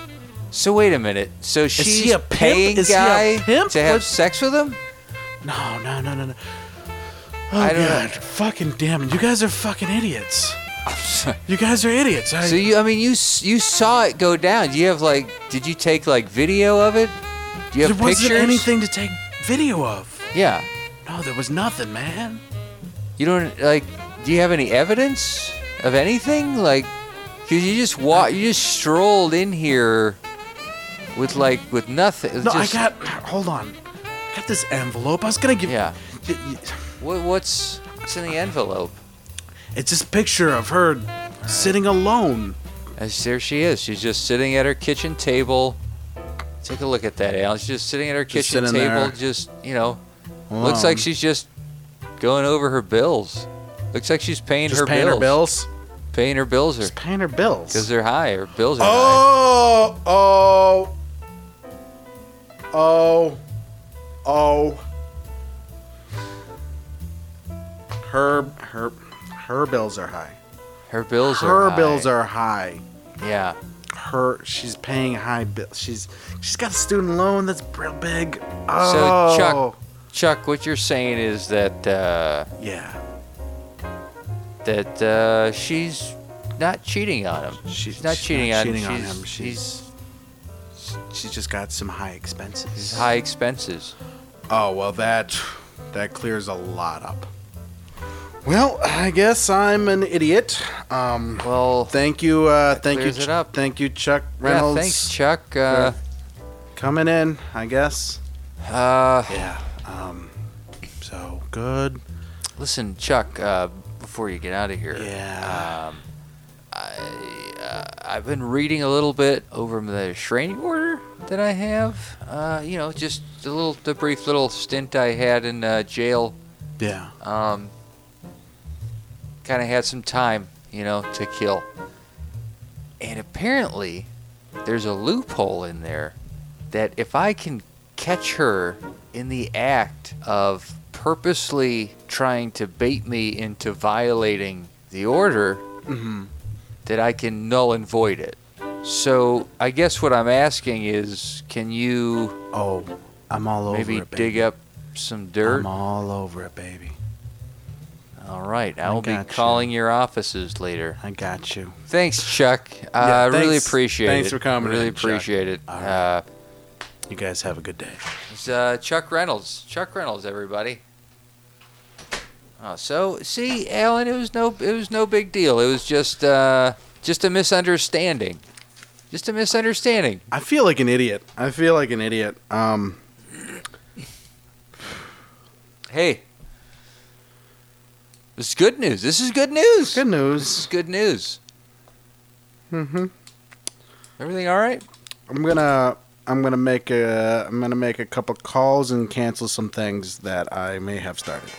[SPEAKER 4] so wait a minute. So she's
[SPEAKER 9] he a pimp?
[SPEAKER 4] paying
[SPEAKER 9] Is he a
[SPEAKER 4] guy
[SPEAKER 9] pimp?
[SPEAKER 4] to have
[SPEAKER 9] What-
[SPEAKER 4] sex with him?
[SPEAKER 9] No, no, no, no, no. Oh,
[SPEAKER 4] I don't
[SPEAKER 9] God. Fucking damn it. You guys are fucking idiots.
[SPEAKER 4] I'm sorry.
[SPEAKER 9] You guys are idiots. I,
[SPEAKER 4] So you, I mean, you s- you saw it go down. Do you have like, did you take like video of it? Do you
[SPEAKER 9] there
[SPEAKER 4] have
[SPEAKER 9] wasn't
[SPEAKER 4] pictures?
[SPEAKER 9] anything to take video of.
[SPEAKER 4] Yeah.
[SPEAKER 9] No, there was nothing, man.
[SPEAKER 4] You don't like. Do you have any evidence of anything? Like, cause you just walk, you just strolled in here with like with nothing.
[SPEAKER 9] No,
[SPEAKER 4] Just-
[SPEAKER 9] I got. Hold on. I got this envelope. I was gonna give.
[SPEAKER 4] Yeah.
[SPEAKER 9] Y- y-
[SPEAKER 4] What, what's what's in the envelope?
[SPEAKER 9] It's this picture of her sitting alone.
[SPEAKER 4] And there she is. She's just sitting at her kitchen table. Take a look at that, Alan. She's just sitting at her
[SPEAKER 9] Just
[SPEAKER 4] kitchen
[SPEAKER 9] sitting
[SPEAKER 4] table,
[SPEAKER 9] there.
[SPEAKER 4] just you know, Looks like she's just going over her bills. Looks like she's paying
[SPEAKER 9] just
[SPEAKER 4] her
[SPEAKER 9] paying
[SPEAKER 4] bills.
[SPEAKER 9] her bills.
[SPEAKER 4] Paying her bills
[SPEAKER 9] Just paying her bills.
[SPEAKER 4] because they're high. Her bills are
[SPEAKER 9] Oh, oh, oh, oh. Her, her, her bills are high.
[SPEAKER 4] high. Her bills are
[SPEAKER 9] Her
[SPEAKER 4] high.
[SPEAKER 9] bills are high.
[SPEAKER 4] Yeah.
[SPEAKER 9] Her, she's paying high bills. She's, she's got a student loan that's real big. Oh,
[SPEAKER 4] So, Chuck- Chuck, what you're saying is that uh,
[SPEAKER 9] Yeah,
[SPEAKER 4] that uh, she's not cheating on him.
[SPEAKER 9] she's,
[SPEAKER 4] She's not
[SPEAKER 9] she's
[SPEAKER 4] cheating, on, him.
[SPEAKER 9] cheating
[SPEAKER 4] She's-
[SPEAKER 9] him. She's, she's just got some high expenses.
[SPEAKER 4] she's high expenses.
[SPEAKER 9] Oh well, that that clears a lot up. Well, I guess I'm an idiot. Um,
[SPEAKER 4] Well,
[SPEAKER 9] thank you, uh, thank you,
[SPEAKER 4] clears it up.
[SPEAKER 9] thank you, Chuck
[SPEAKER 4] yeah,
[SPEAKER 9] Reynolds,
[SPEAKER 4] thanks, Chuck. Uh,
[SPEAKER 9] coming in. I guess.
[SPEAKER 4] uh,
[SPEAKER 9] Yeah. Um, so good.
[SPEAKER 4] listen, Chuck. Uh, before you get out of here,
[SPEAKER 9] Yeah.
[SPEAKER 4] Um, I uh, I've been reading a little bit over the training order that I have. Uh, you know, just a little, the brief little stint I had in uh, jail.
[SPEAKER 9] Yeah.
[SPEAKER 4] Um, kind of had some time, you know, to kill. And apparently, there's a loophole in there that if I can catch her in the act of purposely trying to bait me into violating the order,
[SPEAKER 9] Mm-hmm.
[SPEAKER 4] that I can null and void it. So I guess what I'm asking is, can you
[SPEAKER 9] Oh, I'm all over
[SPEAKER 4] maybe
[SPEAKER 9] it.
[SPEAKER 4] dig
[SPEAKER 9] baby.
[SPEAKER 4] up some dirt?
[SPEAKER 9] I'm all over it, baby.
[SPEAKER 4] All right, I will be
[SPEAKER 9] gotcha.
[SPEAKER 4] calling your offices later.
[SPEAKER 9] I got you.
[SPEAKER 4] Thanks, Chuck. Uh, I
[SPEAKER 9] Yeah,
[SPEAKER 4] really
[SPEAKER 9] thanks-
[SPEAKER 4] appreciate
[SPEAKER 9] thanks
[SPEAKER 4] it.
[SPEAKER 9] for coming
[SPEAKER 4] Really
[SPEAKER 9] in, Chuck.
[SPEAKER 4] appreciate it.
[SPEAKER 9] All
[SPEAKER 4] Uh,
[SPEAKER 9] You guys have a good day.
[SPEAKER 4] it's, uh, Chuck Reynolds. Chuck Reynolds, everybody. Oh, so see, Alan, it was no, it was no big deal. It was just, uh, just a misunderstanding. Just a misunderstanding.
[SPEAKER 9] I feel like an idiot. I feel like an idiot. Um,
[SPEAKER 4] Hey, this is good news. This is good news.
[SPEAKER 9] good
[SPEAKER 4] This is
[SPEAKER 9] news.
[SPEAKER 4] good news.
[SPEAKER 9] Mm-hmm.
[SPEAKER 4] Everything all right?
[SPEAKER 9] I'm gonna I'm gonna make a I'm gonna make a couple calls and cancel some things that I may have started.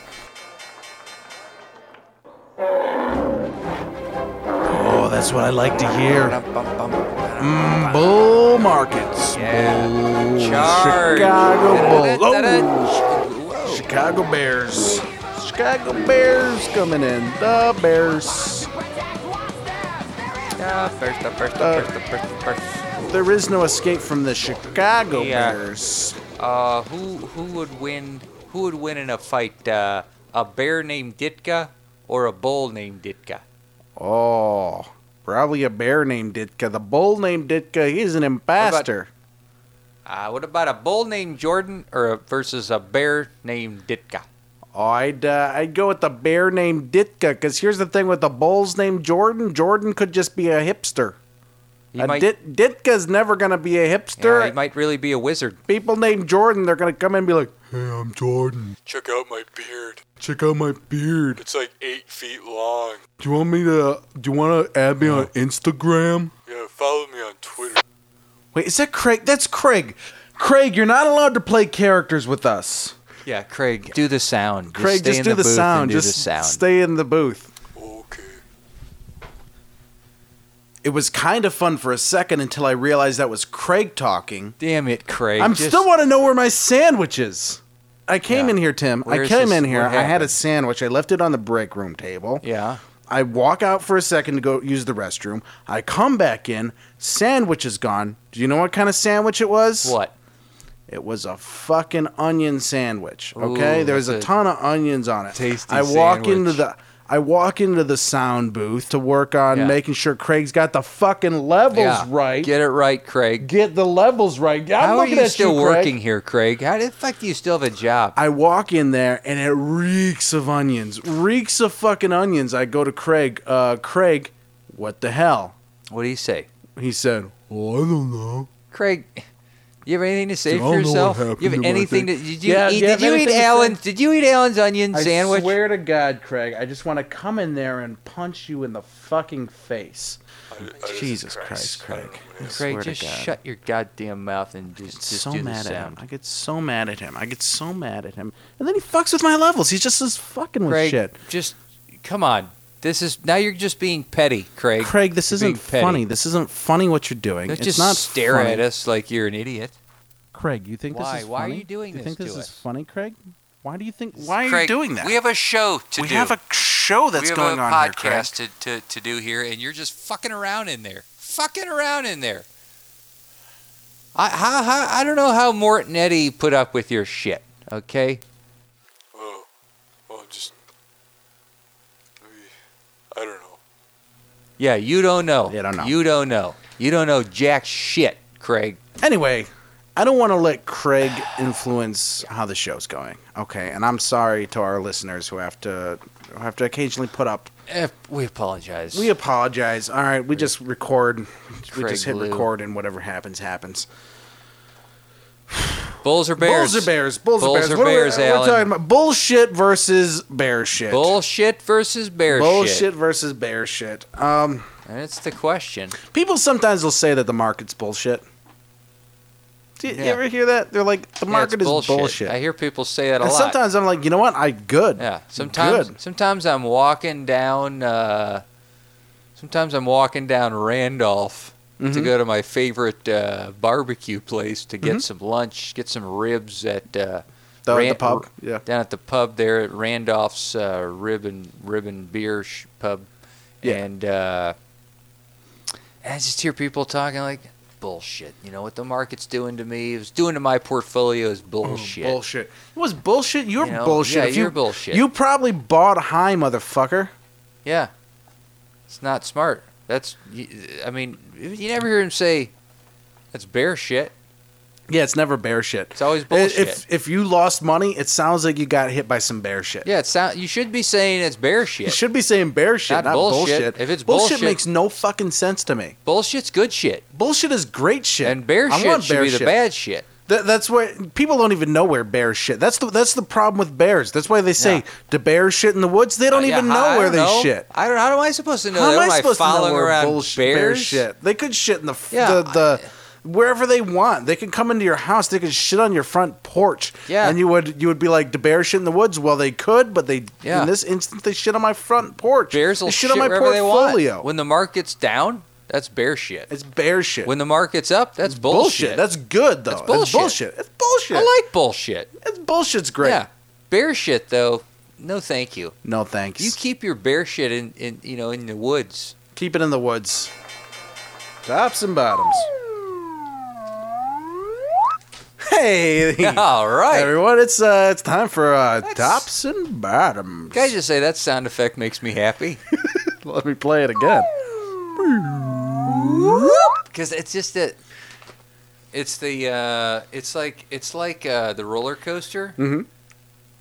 [SPEAKER 9] Oh, that's what I like to hear. Bull markets.
[SPEAKER 4] Yeah.
[SPEAKER 9] Bull-
[SPEAKER 4] Charge.
[SPEAKER 9] Chicago Bulls. Oh,
[SPEAKER 4] Whoa.
[SPEAKER 9] Chicago Bears. Chicago Bears coming in. The Bears.
[SPEAKER 4] Now, Ah, first up, first up, first up, first up, first up.
[SPEAKER 9] There is no escape from the Chicago
[SPEAKER 4] Yeah.
[SPEAKER 9] Bears.
[SPEAKER 4] Uh, who who would win? Who would win in a fight? Uh, a bear named Ditka or a bull named Ditka?
[SPEAKER 9] Oh, probably a bear named Ditka. The bull named Ditka. He's an imposter.
[SPEAKER 4] Uh, what about a bull named Jordan or a, versus a bear named Ditka?
[SPEAKER 9] Oh, I'd uh, I'd go with the bear named Ditka because here's the thing with the bulls named Jordan. Jordan could just be a hipster.
[SPEAKER 4] He
[SPEAKER 9] A
[SPEAKER 4] might,
[SPEAKER 9] Dit- Ditka's never gonna be a hipster.
[SPEAKER 4] yeah, he might really be a wizard.
[SPEAKER 9] People named Jordan, they're gonna come in and be like,
[SPEAKER 1] Hey, I'm Jordan. Check out my beard. Check out my beard. It's like eight feet long. Do you want me to? Do you want to add me on Instagram? Yeah, follow me on Twitter.
[SPEAKER 9] "Wait, is that Craig? That's Craig. Craig, you're not allowed to play characters with us.
[SPEAKER 4] Yeah, Craig, do the sound.
[SPEAKER 9] Craig,
[SPEAKER 4] stay
[SPEAKER 9] just
[SPEAKER 4] in
[SPEAKER 9] do the,
[SPEAKER 4] booth and
[SPEAKER 9] sound.
[SPEAKER 4] do the
[SPEAKER 9] Just
[SPEAKER 4] sound.
[SPEAKER 9] stay in the booth."
[SPEAKER 1] Okay.
[SPEAKER 9] It was kind of fun for a second until I realized that was Craig talking.
[SPEAKER 4] Damn it, Craig.
[SPEAKER 9] I'm
[SPEAKER 4] just-
[SPEAKER 9] still want to know where my sandwich is. I came
[SPEAKER 4] Yeah.
[SPEAKER 9] in here, Tim. I
[SPEAKER 4] Where's
[SPEAKER 9] came
[SPEAKER 4] this-
[SPEAKER 9] in here.
[SPEAKER 4] what
[SPEAKER 9] I had a
[SPEAKER 4] happened?
[SPEAKER 9] sandwich. I left it on the break room table.
[SPEAKER 4] Yeah.
[SPEAKER 9] I walk out for a second to go use the restroom. I come back in. Sandwich is gone. Do you know what kind of sandwich it was?
[SPEAKER 4] What?
[SPEAKER 9] It was a fucking onion sandwich. Okay,
[SPEAKER 4] Ooh,
[SPEAKER 9] there was a,
[SPEAKER 4] that's a
[SPEAKER 9] ton of onions on it.
[SPEAKER 4] tasty
[SPEAKER 9] I walk
[SPEAKER 4] sandwich.
[SPEAKER 9] into the. I walk into the sound booth to work on
[SPEAKER 4] Yeah.
[SPEAKER 9] making sure Craig's got the fucking levels
[SPEAKER 4] Yeah.
[SPEAKER 9] right.
[SPEAKER 4] Get it right, Craig.
[SPEAKER 9] Get the levels right. I'm
[SPEAKER 4] How are
[SPEAKER 9] looking
[SPEAKER 4] you
[SPEAKER 9] at
[SPEAKER 4] still
[SPEAKER 9] you, Craig.
[SPEAKER 4] working here, Craig? How the fuck do you still have a job?
[SPEAKER 9] I walk in there and it reeks of onions. Reeks of fucking onions. I go to Craig. Uh, Craig, what the hell?
[SPEAKER 4] What do you say?
[SPEAKER 9] He said,
[SPEAKER 1] Well, Oh, I don't know.
[SPEAKER 4] Craig, you have anything to say
[SPEAKER 1] Dude, I
[SPEAKER 4] for
[SPEAKER 1] don't know what
[SPEAKER 4] yourself?
[SPEAKER 1] happened
[SPEAKER 4] You
[SPEAKER 1] to
[SPEAKER 4] have
[SPEAKER 1] my
[SPEAKER 4] anything to?
[SPEAKER 1] thing.
[SPEAKER 4] Did you
[SPEAKER 9] Yeah,
[SPEAKER 4] eat?
[SPEAKER 9] do you
[SPEAKER 4] did
[SPEAKER 9] have
[SPEAKER 4] you eat
[SPEAKER 9] anything to say?
[SPEAKER 4] Allen's? Did you eat Allen's onion sandwich?
[SPEAKER 9] I swear to God, Craig, I just want to come in there and punch you in the fucking face. Jesus Christ, Craig. I
[SPEAKER 4] Craig,
[SPEAKER 9] swear to
[SPEAKER 4] just
[SPEAKER 9] God.
[SPEAKER 4] shut your goddamn mouth and just, just
[SPEAKER 9] so
[SPEAKER 4] do the
[SPEAKER 9] mad at him.
[SPEAKER 4] sound.
[SPEAKER 9] I get so mad at him. I get so mad at him. And then he fucks with my levels. He's just as fucking with
[SPEAKER 4] Craig,
[SPEAKER 9] shit.
[SPEAKER 4] just come on. This is now you're just being petty, Craig.
[SPEAKER 9] Craig, this
[SPEAKER 4] You're being
[SPEAKER 9] isn't
[SPEAKER 4] petty.
[SPEAKER 9] funny. This isn't funny what you're doing.
[SPEAKER 4] Don't
[SPEAKER 9] it's
[SPEAKER 4] just
[SPEAKER 9] not
[SPEAKER 4] stare
[SPEAKER 9] funny.
[SPEAKER 4] at us like you're an idiot.
[SPEAKER 9] Craig, you think
[SPEAKER 4] Why?
[SPEAKER 9] this is
[SPEAKER 4] Why are
[SPEAKER 9] funny?
[SPEAKER 4] you doing
[SPEAKER 9] you
[SPEAKER 4] this
[SPEAKER 9] think
[SPEAKER 4] to
[SPEAKER 9] this is
[SPEAKER 4] us?
[SPEAKER 9] funny, Craig? Why do you think? Why are
[SPEAKER 4] Craig,
[SPEAKER 9] you doing that?
[SPEAKER 4] We have a show to
[SPEAKER 9] We
[SPEAKER 4] do.
[SPEAKER 9] have a show that's
[SPEAKER 4] we have
[SPEAKER 9] going
[SPEAKER 4] a
[SPEAKER 9] on
[SPEAKER 4] podcast to, to, to do here, and you're just fucking around in there. Fucking around in there. I how, how, I don't know how Mort and Eddie put up with your shit, okay?
[SPEAKER 1] Oh, well, just. I don't know.
[SPEAKER 4] Yeah, you don't know.
[SPEAKER 9] You don't know.
[SPEAKER 4] You don't know. You don't know jack shit, Craig.
[SPEAKER 9] here. Craig. Anyway, I don't want to let Craig influence how the show's going. Okay, and I'm sorry to our listeners who have to who have to occasionally put up.
[SPEAKER 4] Eh, we apologize.
[SPEAKER 9] We apologize. All right, we just record. We
[SPEAKER 4] Craig
[SPEAKER 9] just hit
[SPEAKER 4] Lou.
[SPEAKER 9] record, and whatever happens, happens.
[SPEAKER 4] Bulls or bears?
[SPEAKER 9] Bulls or bears? Bulls,
[SPEAKER 4] Bulls or
[SPEAKER 9] or bears? What are we-
[SPEAKER 4] bears,
[SPEAKER 9] we're,
[SPEAKER 4] Alan?
[SPEAKER 9] talking about bullshit versus bear shit.
[SPEAKER 4] Bullshit versus bear
[SPEAKER 9] bullshit
[SPEAKER 4] shit.
[SPEAKER 9] versus bear shit. Um,
[SPEAKER 4] And it's the question.
[SPEAKER 9] People sometimes will say that the market's bullshit. Do you, you
[SPEAKER 4] Yeah.
[SPEAKER 9] ever hear that? They're like, the
[SPEAKER 4] Yeah,
[SPEAKER 9] market
[SPEAKER 4] it's
[SPEAKER 9] is bullshit.
[SPEAKER 4] I hear people say that a
[SPEAKER 9] and
[SPEAKER 4] lot.
[SPEAKER 9] sometimes I'm like, you know what? I good.
[SPEAKER 4] Yeah, sometimes
[SPEAKER 9] Good.
[SPEAKER 4] sometimes I'm walking down uh, sometimes I'm walking down Randolph
[SPEAKER 9] Mm-hmm.
[SPEAKER 4] to go to my favorite uh, barbecue place to get some lunch, get some ribs at uh,
[SPEAKER 9] The,
[SPEAKER 4] Ran-
[SPEAKER 9] the pub. Yeah.
[SPEAKER 4] down at the pub there at Randolph's uh, Ribbon Ribbon Beer sh- Pub,
[SPEAKER 9] Yeah.
[SPEAKER 4] and uh, and I just hear people talking like bullshit. You know what the market's doing to me? It's doing to my portfolio is bullshit.
[SPEAKER 9] Oh, Bullshit. It was bullshit. You're
[SPEAKER 4] You know,
[SPEAKER 9] bullshit.
[SPEAKER 4] yeah,
[SPEAKER 9] If you,
[SPEAKER 4] you're bullshit.
[SPEAKER 9] You probably bought high, motherfucker.
[SPEAKER 4] Yeah, it's not smart. That's y- I mean, you never hear him say that's bear shit.
[SPEAKER 9] Yeah, it's never bear shit.
[SPEAKER 4] It's always
[SPEAKER 9] I-
[SPEAKER 4] bullshit.
[SPEAKER 9] If if you lost money, it sounds like you got hit by some bear shit.
[SPEAKER 4] yeah, it sound, you should be saying it's bear shit.
[SPEAKER 9] You should be saying bear shit,
[SPEAKER 4] Not
[SPEAKER 9] not,
[SPEAKER 4] bullshit.
[SPEAKER 9] bullshit.
[SPEAKER 4] If it's bullshit-
[SPEAKER 9] makes no fucking sense to me.
[SPEAKER 4] Bullshit's good shit,
[SPEAKER 9] Bullshit is great shit.
[SPEAKER 4] and bear
[SPEAKER 9] I
[SPEAKER 4] shit
[SPEAKER 9] want
[SPEAKER 4] should
[SPEAKER 9] bear
[SPEAKER 4] be
[SPEAKER 9] shit.
[SPEAKER 4] the bad shit.
[SPEAKER 9] That, that's why people don't even know where bears shit. That's the that's the problem with bears. That's why they say
[SPEAKER 4] Yeah.
[SPEAKER 9] do bears shit in the woods? They don't
[SPEAKER 4] Uh, yeah,
[SPEAKER 9] even
[SPEAKER 4] how-
[SPEAKER 9] know
[SPEAKER 4] I
[SPEAKER 9] where
[SPEAKER 4] don't
[SPEAKER 9] they
[SPEAKER 4] know.
[SPEAKER 9] shit.
[SPEAKER 4] I don't. How am I supposed to know?
[SPEAKER 9] How
[SPEAKER 4] that?
[SPEAKER 9] am I
[SPEAKER 4] What
[SPEAKER 9] supposed to know
[SPEAKER 4] following
[SPEAKER 9] where
[SPEAKER 4] around
[SPEAKER 9] bullshit, bear
[SPEAKER 4] bears?
[SPEAKER 9] shit? They could shit in the f
[SPEAKER 4] Yeah,
[SPEAKER 9] the, the wherever they want. They could come into your house. They could shit on your front porch.
[SPEAKER 4] Yeah.
[SPEAKER 9] and you would you would be like, do bears shit in the woods? Well, they could, but they
[SPEAKER 4] Yeah.
[SPEAKER 9] in this instance they shit on my front porch.
[SPEAKER 4] Bears
[SPEAKER 9] they
[SPEAKER 4] will
[SPEAKER 9] shit on my
[SPEAKER 4] wherever they
[SPEAKER 9] portfolio.
[SPEAKER 4] want. When the market's down, that's bear shit.
[SPEAKER 9] it's bear shit.
[SPEAKER 4] When the market's up, that's bullshit.
[SPEAKER 9] That's good though.
[SPEAKER 4] That's
[SPEAKER 9] It's
[SPEAKER 4] bullshit.
[SPEAKER 9] bullshit. It's bullshit.
[SPEAKER 4] I like bullshit.
[SPEAKER 9] it's bullshit's great.
[SPEAKER 4] Yeah, bear shit though. No, thank you.
[SPEAKER 9] No thanks.
[SPEAKER 4] You keep your bear shit in, in you know in the woods.
[SPEAKER 9] Keep it in the woods. Tops and bottoms. Hey,
[SPEAKER 4] All right.
[SPEAKER 9] everyone! It's uh, it's time for uh, tops and bottoms.
[SPEAKER 4] Can I just say that sound effect makes me happy?
[SPEAKER 9] Let me play it again.
[SPEAKER 4] Because it's just that it's the uh, it's like it's like uh, the roller coaster.
[SPEAKER 9] Mhm.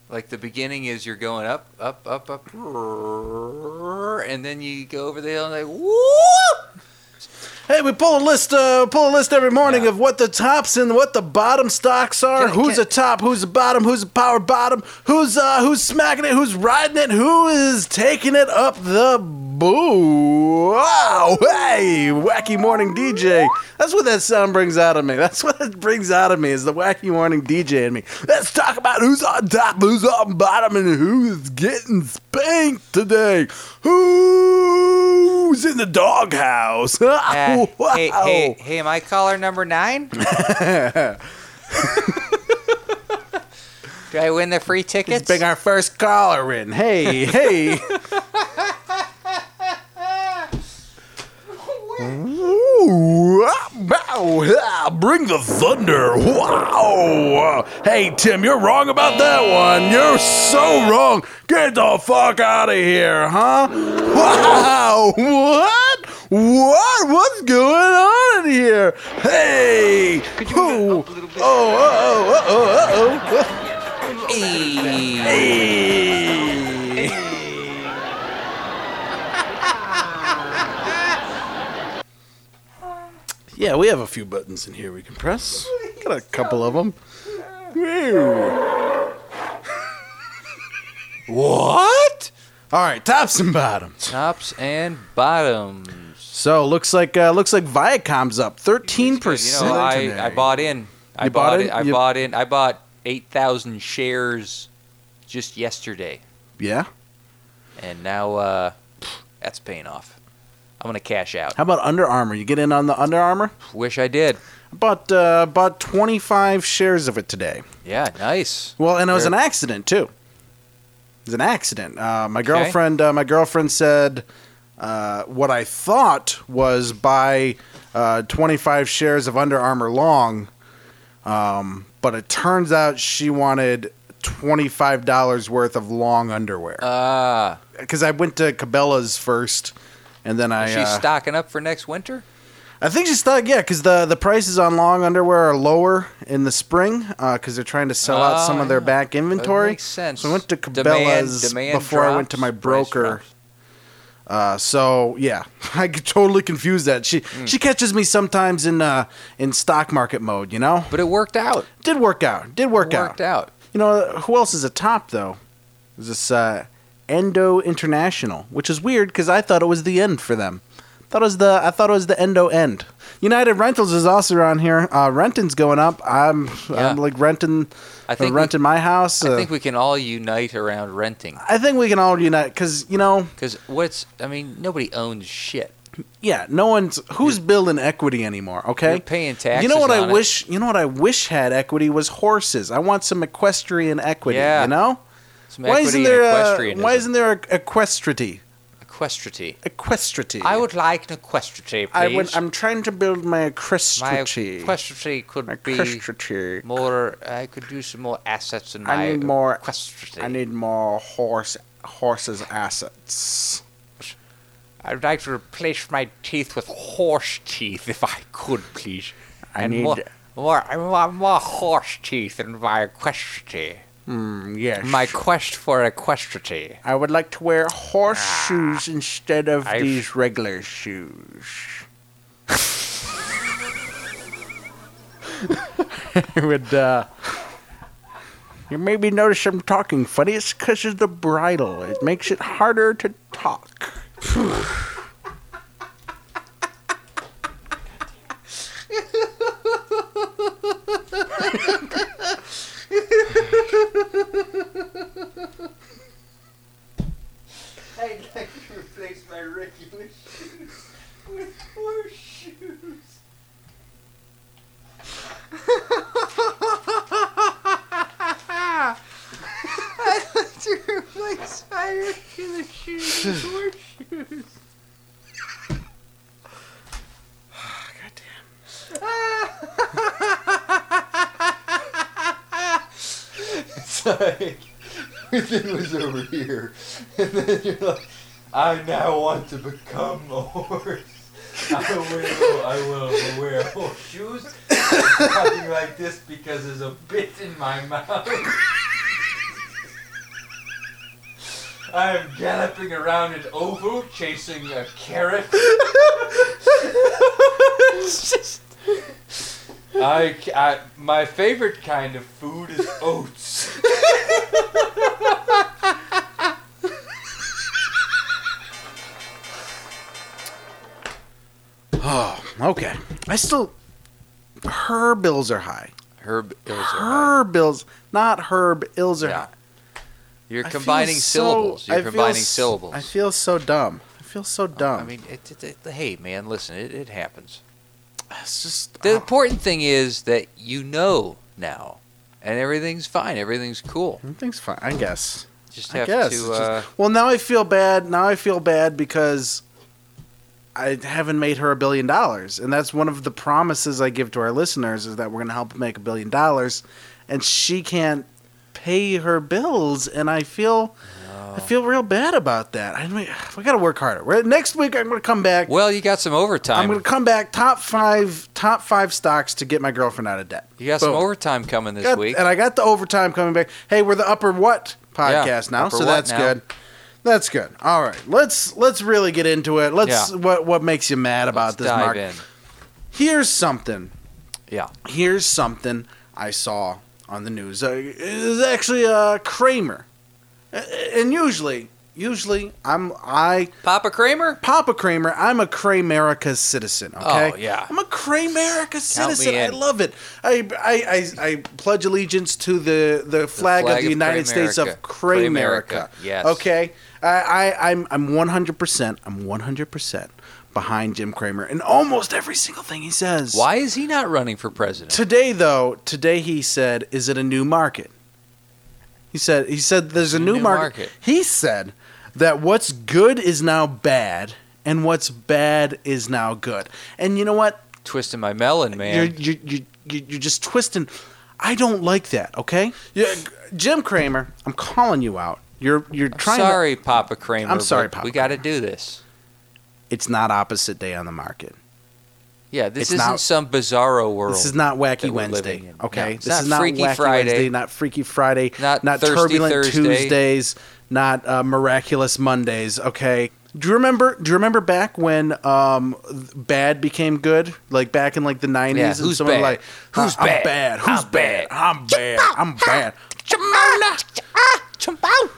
[SPEAKER 4] Like the beginning is you're going up, up, up, up, and then you go over the hill and like whoop.
[SPEAKER 9] Hey, we pull a list. Uh, pull a list every morning
[SPEAKER 4] Yeah.
[SPEAKER 9] of what the tops and what the bottom stocks are.
[SPEAKER 4] Can-
[SPEAKER 9] who's
[SPEAKER 4] can-
[SPEAKER 9] a top? Who's a bottom? Who's a power bottom? Who's uh, who's smacking it? Who's riding it? Who is taking it up the boo? Wow! Hey, wacky morning DJ. That's what that sound brings out of me. That's what it brings out of me is the wacky morning DJ in me. Let's talk about who's on top, who's on bottom, and who's getting spanked today. Who's in the doghouse?
[SPEAKER 4] Uh,
[SPEAKER 9] wow.
[SPEAKER 4] Hey, hey, hey, am I caller number nine? Do I win the free tickets?
[SPEAKER 9] Let's bring our first caller in. Hey, hey. Ooh, ah, bow, ah, bring the thunder. Wow. Hey, Tim, you're wrong about that one. You're so wrong. Get the fuck out of here, huh? Wow. What? What? What's going on in here? Hey. Who? Oh, oh, oh, oh, oh, oh. oh. Yeah, we have a few buttons in here we can press. Got a couple of them.
[SPEAKER 4] what?
[SPEAKER 9] All right, tops and bottoms.
[SPEAKER 4] Tops and bottoms.
[SPEAKER 9] So looks like uh, looks like Viacom's up thirteen
[SPEAKER 4] You
[SPEAKER 9] percent.
[SPEAKER 4] know, I, I bought in. I
[SPEAKER 9] You
[SPEAKER 4] bought,
[SPEAKER 9] bought
[SPEAKER 4] it.
[SPEAKER 9] in?
[SPEAKER 4] I
[SPEAKER 9] You-
[SPEAKER 4] bought in. I bought eight thousand shares just yesterday,
[SPEAKER 9] Yeah.
[SPEAKER 4] and now uh, that's paying off. I'm gonna cash out.
[SPEAKER 9] How about Under Armour? You get in on the Under Armour?
[SPEAKER 4] Wish I did.
[SPEAKER 9] I bought uh, bought twenty five shares of it today.
[SPEAKER 4] Yeah, nice.
[SPEAKER 9] Well, and it was
[SPEAKER 4] Sure.
[SPEAKER 9] an accident too. It was an accident. Uh, my
[SPEAKER 4] Okay.
[SPEAKER 9] girlfriend, uh, my girlfriend said uh, what I thought was buy uh, 25 shares of Under Armour long, um, but it turns out she wanted $25 worth of long underwear
[SPEAKER 4] Uh,
[SPEAKER 9] because I went to Cabela's first, and then I
[SPEAKER 4] she's
[SPEAKER 9] uh,
[SPEAKER 4] stocking up for next winter.
[SPEAKER 9] I think she's thought, yeah, because the, the prices on long underwear are lower in the spring because they're trying to sell out some
[SPEAKER 4] Ah,
[SPEAKER 9] of their
[SPEAKER 4] yeah.
[SPEAKER 9] back inventory.
[SPEAKER 4] makes sense.
[SPEAKER 9] So I went to
[SPEAKER 4] Demand-
[SPEAKER 9] Cabela's
[SPEAKER 4] demand
[SPEAKER 9] before I went
[SPEAKER 4] drops,
[SPEAKER 9] to my
[SPEAKER 4] price
[SPEAKER 9] broker.
[SPEAKER 4] drops.
[SPEAKER 9] Uh, so yeah, I get totally confused that she
[SPEAKER 4] Hmm.
[SPEAKER 9] she catches me sometimes in uh, in stock market mode. You know,
[SPEAKER 4] But it worked out.
[SPEAKER 9] did work out. Did work
[SPEAKER 4] It worked
[SPEAKER 9] out.
[SPEAKER 4] out.
[SPEAKER 9] You know who else is a top though? Is this uh, Endo International, which is weird because I thought it was the end for them. Thought it was the I thought it was the Endo end. United Rentals is also around here. Uh, renting's going up. I'm
[SPEAKER 4] Yeah.
[SPEAKER 9] I'm like renting. uh,
[SPEAKER 4] I think we-
[SPEAKER 9] renting my house.
[SPEAKER 4] I
[SPEAKER 9] uh,
[SPEAKER 4] think we can all unite around renting.
[SPEAKER 9] I think we can all unite because you know
[SPEAKER 4] Because what's, I mean, nobody owns shit.
[SPEAKER 9] yeah no one's who's building equity anymore. Okay,
[SPEAKER 4] You're paying taxes.
[SPEAKER 9] You know what
[SPEAKER 4] on
[SPEAKER 9] I
[SPEAKER 4] it.
[SPEAKER 9] wish? You know what I wish had equity was horses. I want some equestrian equity.
[SPEAKER 4] Yeah.
[SPEAKER 9] You know
[SPEAKER 4] Some
[SPEAKER 9] why
[SPEAKER 4] equity
[SPEAKER 9] isn't
[SPEAKER 4] in
[SPEAKER 9] there uh,
[SPEAKER 4] equestrianism.
[SPEAKER 9] why isn't there a, equestrity?
[SPEAKER 4] Equestrity.
[SPEAKER 9] Equestrity.
[SPEAKER 4] I would like an equestrity, please.
[SPEAKER 9] I would, I'm trying to build my
[SPEAKER 4] my
[SPEAKER 9] equestrity.
[SPEAKER 4] equestrity could
[SPEAKER 9] My
[SPEAKER 4] be
[SPEAKER 9] equestrity.
[SPEAKER 4] more. uh, I could do some more assets in my
[SPEAKER 9] I need more.
[SPEAKER 4] equestrity.
[SPEAKER 9] I need more horse horses assets.
[SPEAKER 4] I would like to replace my teeth with horse teeth, if I could, please.
[SPEAKER 9] I
[SPEAKER 4] and
[SPEAKER 9] need-
[SPEAKER 4] more, more, I want more horse teeth in my equestrity.
[SPEAKER 9] Mm, yes.
[SPEAKER 4] My quest for equestrity.
[SPEAKER 9] I would like to wear
[SPEAKER 4] Ah.
[SPEAKER 9] horseshoes instead of
[SPEAKER 4] I've-
[SPEAKER 9] these regular shoes. I would, uh. You maybe notice I'm talking funny. It's because of the bridle. It makes it harder to talk.
[SPEAKER 4] It's like everything was over here, and then you're like, I now want to become a horse. I will, I will wear horse shoes. Talking like this because there's a bit in my mouth. I am galloping around an oval, chasing a carrot. I, I, my favorite kind of food is oats.
[SPEAKER 9] Okay. I still. Her bills are high.
[SPEAKER 4] Herb Ilzer.
[SPEAKER 9] Her bills, not herb. Ills are
[SPEAKER 4] Yeah.
[SPEAKER 9] high.
[SPEAKER 4] You're
[SPEAKER 9] I feel
[SPEAKER 4] combining
[SPEAKER 9] so-
[SPEAKER 4] syllables. You're
[SPEAKER 9] I feel
[SPEAKER 4] combining
[SPEAKER 9] s-
[SPEAKER 4] syllables.
[SPEAKER 9] I feel so dumb. I feel so dumb.
[SPEAKER 4] I mean, it, it, it- hey, man, listen, it, it happens.
[SPEAKER 9] it's just.
[SPEAKER 4] The
[SPEAKER 9] oh.
[SPEAKER 4] important thing is that you know now, and everything's fine. Everything's cool.
[SPEAKER 9] Everything's fine, I guess.
[SPEAKER 4] Just
[SPEAKER 9] I
[SPEAKER 4] have
[SPEAKER 9] guess.
[SPEAKER 4] to.
[SPEAKER 9] It's just-
[SPEAKER 4] uh,
[SPEAKER 9] well, now I feel bad. Now I feel bad because I haven't made her a billion dollars, and that's one of the promises I give to our listeners is that we're going to help them make a billion dollars, and she can't pay her bills, and I feel. I feel real bad about that. I mean, we got to work harder. We're- Next week, I'm going to come back.
[SPEAKER 4] well, you got some
[SPEAKER 9] I'm
[SPEAKER 4] overtime.
[SPEAKER 9] going to come back top five, top five stocks to get my girlfriend out of debt.
[SPEAKER 4] you got some
[SPEAKER 9] Boom.
[SPEAKER 4] overtime coming this
[SPEAKER 9] Got-
[SPEAKER 4] week.
[SPEAKER 9] And I got the overtime coming back. Hey, we're the upper what podcast
[SPEAKER 4] Yeah,
[SPEAKER 9] now,
[SPEAKER 4] Upper
[SPEAKER 9] so
[SPEAKER 4] What
[SPEAKER 9] that's
[SPEAKER 4] now.
[SPEAKER 9] good. That's good. All right, let's let's really get into it. Let's
[SPEAKER 4] Yeah.
[SPEAKER 9] what what makes you mad about
[SPEAKER 4] Let's
[SPEAKER 9] this
[SPEAKER 4] dive
[SPEAKER 9] market?
[SPEAKER 4] in.
[SPEAKER 9] Here's something.
[SPEAKER 4] Yeah.
[SPEAKER 9] Here's something I saw on the news. Uh, it was actually uh, Kramer, Uh, and usually usually I'm I
[SPEAKER 4] Papa Kramer.
[SPEAKER 9] Papa Kramer, I'm a Kramerica citizen. Okay.
[SPEAKER 4] Oh, yeah.
[SPEAKER 9] I'm a Kramerica citizen. I
[SPEAKER 4] in.
[SPEAKER 9] love it. I, I I I pledge allegiance to the the
[SPEAKER 4] flag
[SPEAKER 9] flag, of the
[SPEAKER 4] of
[SPEAKER 9] United States of
[SPEAKER 4] Kramerica.
[SPEAKER 9] Kramerica.
[SPEAKER 4] Yes.
[SPEAKER 9] Okay. I, I I'm I'm 100. percent I'm 100 percent behind Jim Kramer in almost every single thing he says.
[SPEAKER 4] Why is he not running for president?
[SPEAKER 9] Today though, today he said, "Is it a new market?" He said he said there's a new, market.
[SPEAKER 4] market.
[SPEAKER 9] He said that what's good is now bad and what's bad is now good. And you know what?
[SPEAKER 4] Twisting my melon,
[SPEAKER 9] You're,
[SPEAKER 4] man.
[SPEAKER 9] you're, you're, you're you're just twisting. I don't like that, okay? Yeah, g- Jim Kramer, I'm calling you out. You're you're
[SPEAKER 4] I'm
[SPEAKER 9] trying to
[SPEAKER 4] sorry, Papa Kramer.
[SPEAKER 9] I'm sorry,
[SPEAKER 4] but
[SPEAKER 9] Papa
[SPEAKER 4] We got to do this.
[SPEAKER 9] it's not opposite day on the market.
[SPEAKER 4] Yeah, this
[SPEAKER 9] It's
[SPEAKER 4] isn't
[SPEAKER 9] not-
[SPEAKER 4] some bizarro world.
[SPEAKER 9] This is not Wacky
[SPEAKER 4] that we're
[SPEAKER 9] Wednesday,
[SPEAKER 4] living in.
[SPEAKER 9] okay?
[SPEAKER 4] No, it's
[SPEAKER 9] this
[SPEAKER 4] not
[SPEAKER 9] is not
[SPEAKER 4] Freaky
[SPEAKER 9] Wacky
[SPEAKER 4] Friday.
[SPEAKER 9] Wednesday, not Freaky Friday,
[SPEAKER 4] Not
[SPEAKER 9] not
[SPEAKER 4] Thirsty
[SPEAKER 9] Turbulent
[SPEAKER 4] Thursday.
[SPEAKER 9] Tuesdays, not uh, Miraculous Mondays, okay? Do you remember? Do you remember back when um, th- bad became good? Like back in like the nineties,
[SPEAKER 4] Yeah,
[SPEAKER 9] and
[SPEAKER 4] who's
[SPEAKER 9] someone
[SPEAKER 4] bad?
[SPEAKER 9] like,
[SPEAKER 4] Who's
[SPEAKER 9] I'm
[SPEAKER 4] bad?
[SPEAKER 9] bad? Who's
[SPEAKER 4] I'm bad.
[SPEAKER 9] bad? I'm bad. I'm bad. Jamona.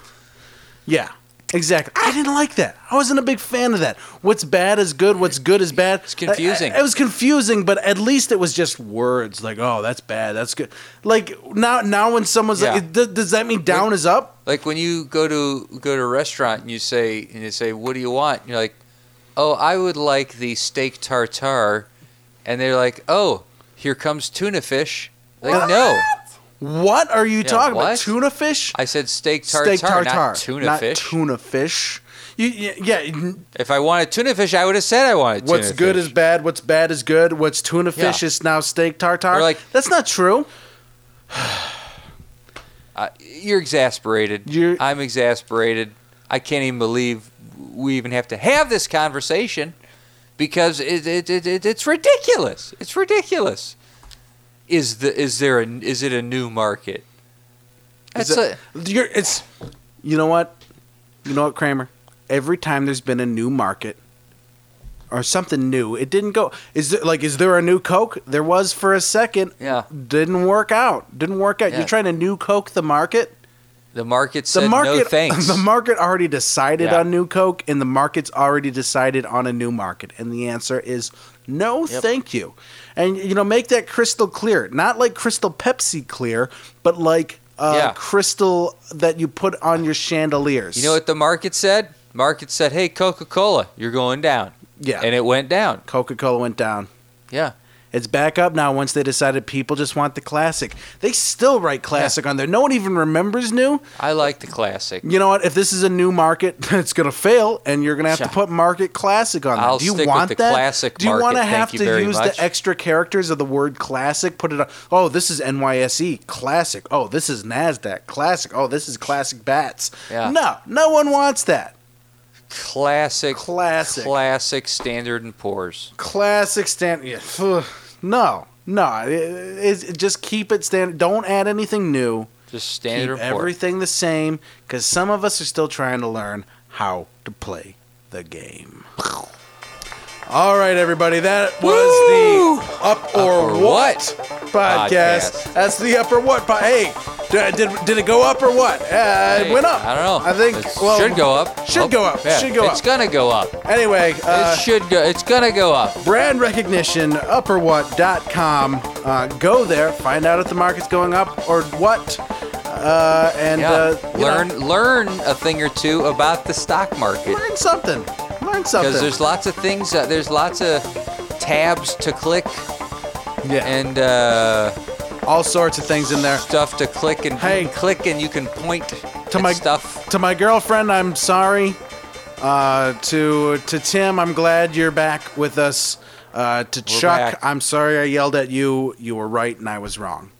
[SPEAKER 9] Yeah, exactly. I didn't like that. I wasn't a big fan of that. What's bad is good. What's good is bad. It's
[SPEAKER 4] confusing.
[SPEAKER 9] it was confusing, but at least it was just words. Like, oh, that's bad. That's good. Like now, now when someone's
[SPEAKER 4] Yeah.
[SPEAKER 9] like, "Th- does that mean down is up?
[SPEAKER 4] Like when you go to go to a restaurant and you say and you say, "What do you want?" And you're like, "Oh, I would like the steak tartare," and they're like, "Oh, here comes tuna fish." Like, no,
[SPEAKER 9] What are you talking about?
[SPEAKER 4] what?
[SPEAKER 9] Tuna fish?
[SPEAKER 4] I said steak tartare,
[SPEAKER 9] Steak tartare,
[SPEAKER 4] not tuna
[SPEAKER 9] not
[SPEAKER 4] fish.
[SPEAKER 9] tuna fish. You, you- yeah,
[SPEAKER 4] if I wanted tuna fish, I would have said I wanted. Tuna
[SPEAKER 9] what's good
[SPEAKER 4] fish.
[SPEAKER 9] is bad. What's bad is good. What's tuna
[SPEAKER 4] Yeah.
[SPEAKER 9] fish is now steak tartare.
[SPEAKER 4] Or like-
[SPEAKER 9] that's not true.
[SPEAKER 4] I- you're exasperated.
[SPEAKER 9] You're-
[SPEAKER 4] I'm exasperated. I can't even believe we even have to have this conversation because it, it, it, it, it's ridiculous. It's ridiculous. Is the is there a is it a new market?
[SPEAKER 9] Is
[SPEAKER 4] That's a,
[SPEAKER 9] You're, it's you know what, you know what, Kramer. Every time there's been a new market or something new, it didn't go. Is there like is there a new Coke? There was for a second.
[SPEAKER 4] Yeah.
[SPEAKER 9] didn't work out. Didn't work out.
[SPEAKER 4] Yeah.
[SPEAKER 9] You're trying to new Coke the market.
[SPEAKER 4] the market
[SPEAKER 9] The
[SPEAKER 4] said
[SPEAKER 9] market,
[SPEAKER 4] no thanks.
[SPEAKER 9] the market already decided
[SPEAKER 4] Yeah.
[SPEAKER 9] on new Coke, and the market's already decided on a new market, and the answer is no, thank you. And you know, make that crystal clear, not like crystal Pepsi clear, but like uh,
[SPEAKER 4] Yeah.
[SPEAKER 9] crystal that you put on your chandeliers.
[SPEAKER 4] you know what the market said? Market said, "Hey, Coca-Cola, you're going down."
[SPEAKER 9] Yeah.
[SPEAKER 4] And it went down.
[SPEAKER 9] Coca Cola went down.
[SPEAKER 4] Yeah.
[SPEAKER 9] It's back up now once they decided people just want the classic. They still write classic on there. No one even remembers new.
[SPEAKER 4] I like the classic.
[SPEAKER 9] You know what? If this is a new market, it's going to fail, and you're going to have to
[SPEAKER 4] Yeah.
[SPEAKER 9] put market classic on. there.
[SPEAKER 4] I'll
[SPEAKER 9] Do you
[SPEAKER 4] stick with
[SPEAKER 9] want
[SPEAKER 4] the
[SPEAKER 9] that?
[SPEAKER 4] classic
[SPEAKER 9] Do you
[SPEAKER 4] market.
[SPEAKER 9] want to
[SPEAKER 4] Thank
[SPEAKER 9] have
[SPEAKER 4] you
[SPEAKER 9] to
[SPEAKER 4] very
[SPEAKER 9] use
[SPEAKER 4] much.
[SPEAKER 9] the extra characters of the word classic? Put it on. Oh, this is NYSE classic. Oh, this is Nasdaq classic. Oh, this is classic bats.
[SPEAKER 4] Yeah.
[SPEAKER 9] No, no one wants that.
[SPEAKER 4] Classic,
[SPEAKER 9] Classic.
[SPEAKER 4] classic Standard and Poor's.
[SPEAKER 9] Classic stand. yeah, ugh. No, no. It, it's- it- just keep it standard. Don't add anything new.
[SPEAKER 4] Just
[SPEAKER 9] Keep
[SPEAKER 4] Standard and Poor's.
[SPEAKER 9] everything the same, because some of us are still trying to learn how to play the game. All right, everybody, that was the Up or,
[SPEAKER 4] Or
[SPEAKER 9] What
[SPEAKER 4] what?
[SPEAKER 9] podcast.
[SPEAKER 4] Podcast.
[SPEAKER 9] That's the Up or What po- Hey, did, did, did it go up or what? Uh, it
[SPEAKER 4] Hey,
[SPEAKER 9] went up.
[SPEAKER 4] I don't know.
[SPEAKER 9] I think
[SPEAKER 4] it
[SPEAKER 9] well,
[SPEAKER 4] should go up.
[SPEAKER 9] should
[SPEAKER 4] Hope-
[SPEAKER 9] go up. Should go
[SPEAKER 4] It's
[SPEAKER 9] up.
[SPEAKER 4] gonna go up.
[SPEAKER 9] Anyway, uh,
[SPEAKER 4] it should go. It's gonna go up.
[SPEAKER 9] brand recognition upperwhat.com uh, go there find out if the market's going up or what uh, and
[SPEAKER 4] Yeah.
[SPEAKER 9] uh, you
[SPEAKER 4] learn
[SPEAKER 9] know,
[SPEAKER 4] learn a thing or two about the stock market
[SPEAKER 9] learn something learn
[SPEAKER 4] because
[SPEAKER 9] something
[SPEAKER 4] there's lots of things. Uh, there's lots of tabs to click
[SPEAKER 9] yeah.
[SPEAKER 4] and uh,
[SPEAKER 9] all sorts of things in there
[SPEAKER 4] stuff to click and
[SPEAKER 9] Hey.
[SPEAKER 4] click and you can point to
[SPEAKER 9] my-
[SPEAKER 4] stuff.
[SPEAKER 9] to my girlfriend i'm sorry uh, to to tim i'm glad you're back with us uh, to chuck
[SPEAKER 4] back.
[SPEAKER 9] i'm sorry i yelled at you you were right and i was wrong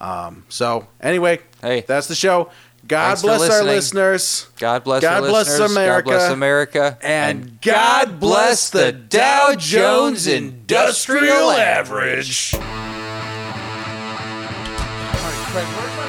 [SPEAKER 9] um, so anyway
[SPEAKER 4] Hey.
[SPEAKER 9] that's the show god
[SPEAKER 4] Thanks for
[SPEAKER 9] bless our
[SPEAKER 4] listening.
[SPEAKER 9] listeners
[SPEAKER 4] God bless.
[SPEAKER 9] God
[SPEAKER 4] our
[SPEAKER 9] bless
[SPEAKER 4] listeners.
[SPEAKER 9] America.
[SPEAKER 4] God bless America.
[SPEAKER 9] And God bless the Dow Jones Industrial
[SPEAKER 4] Average.
[SPEAKER 9] All right, Craig, where's my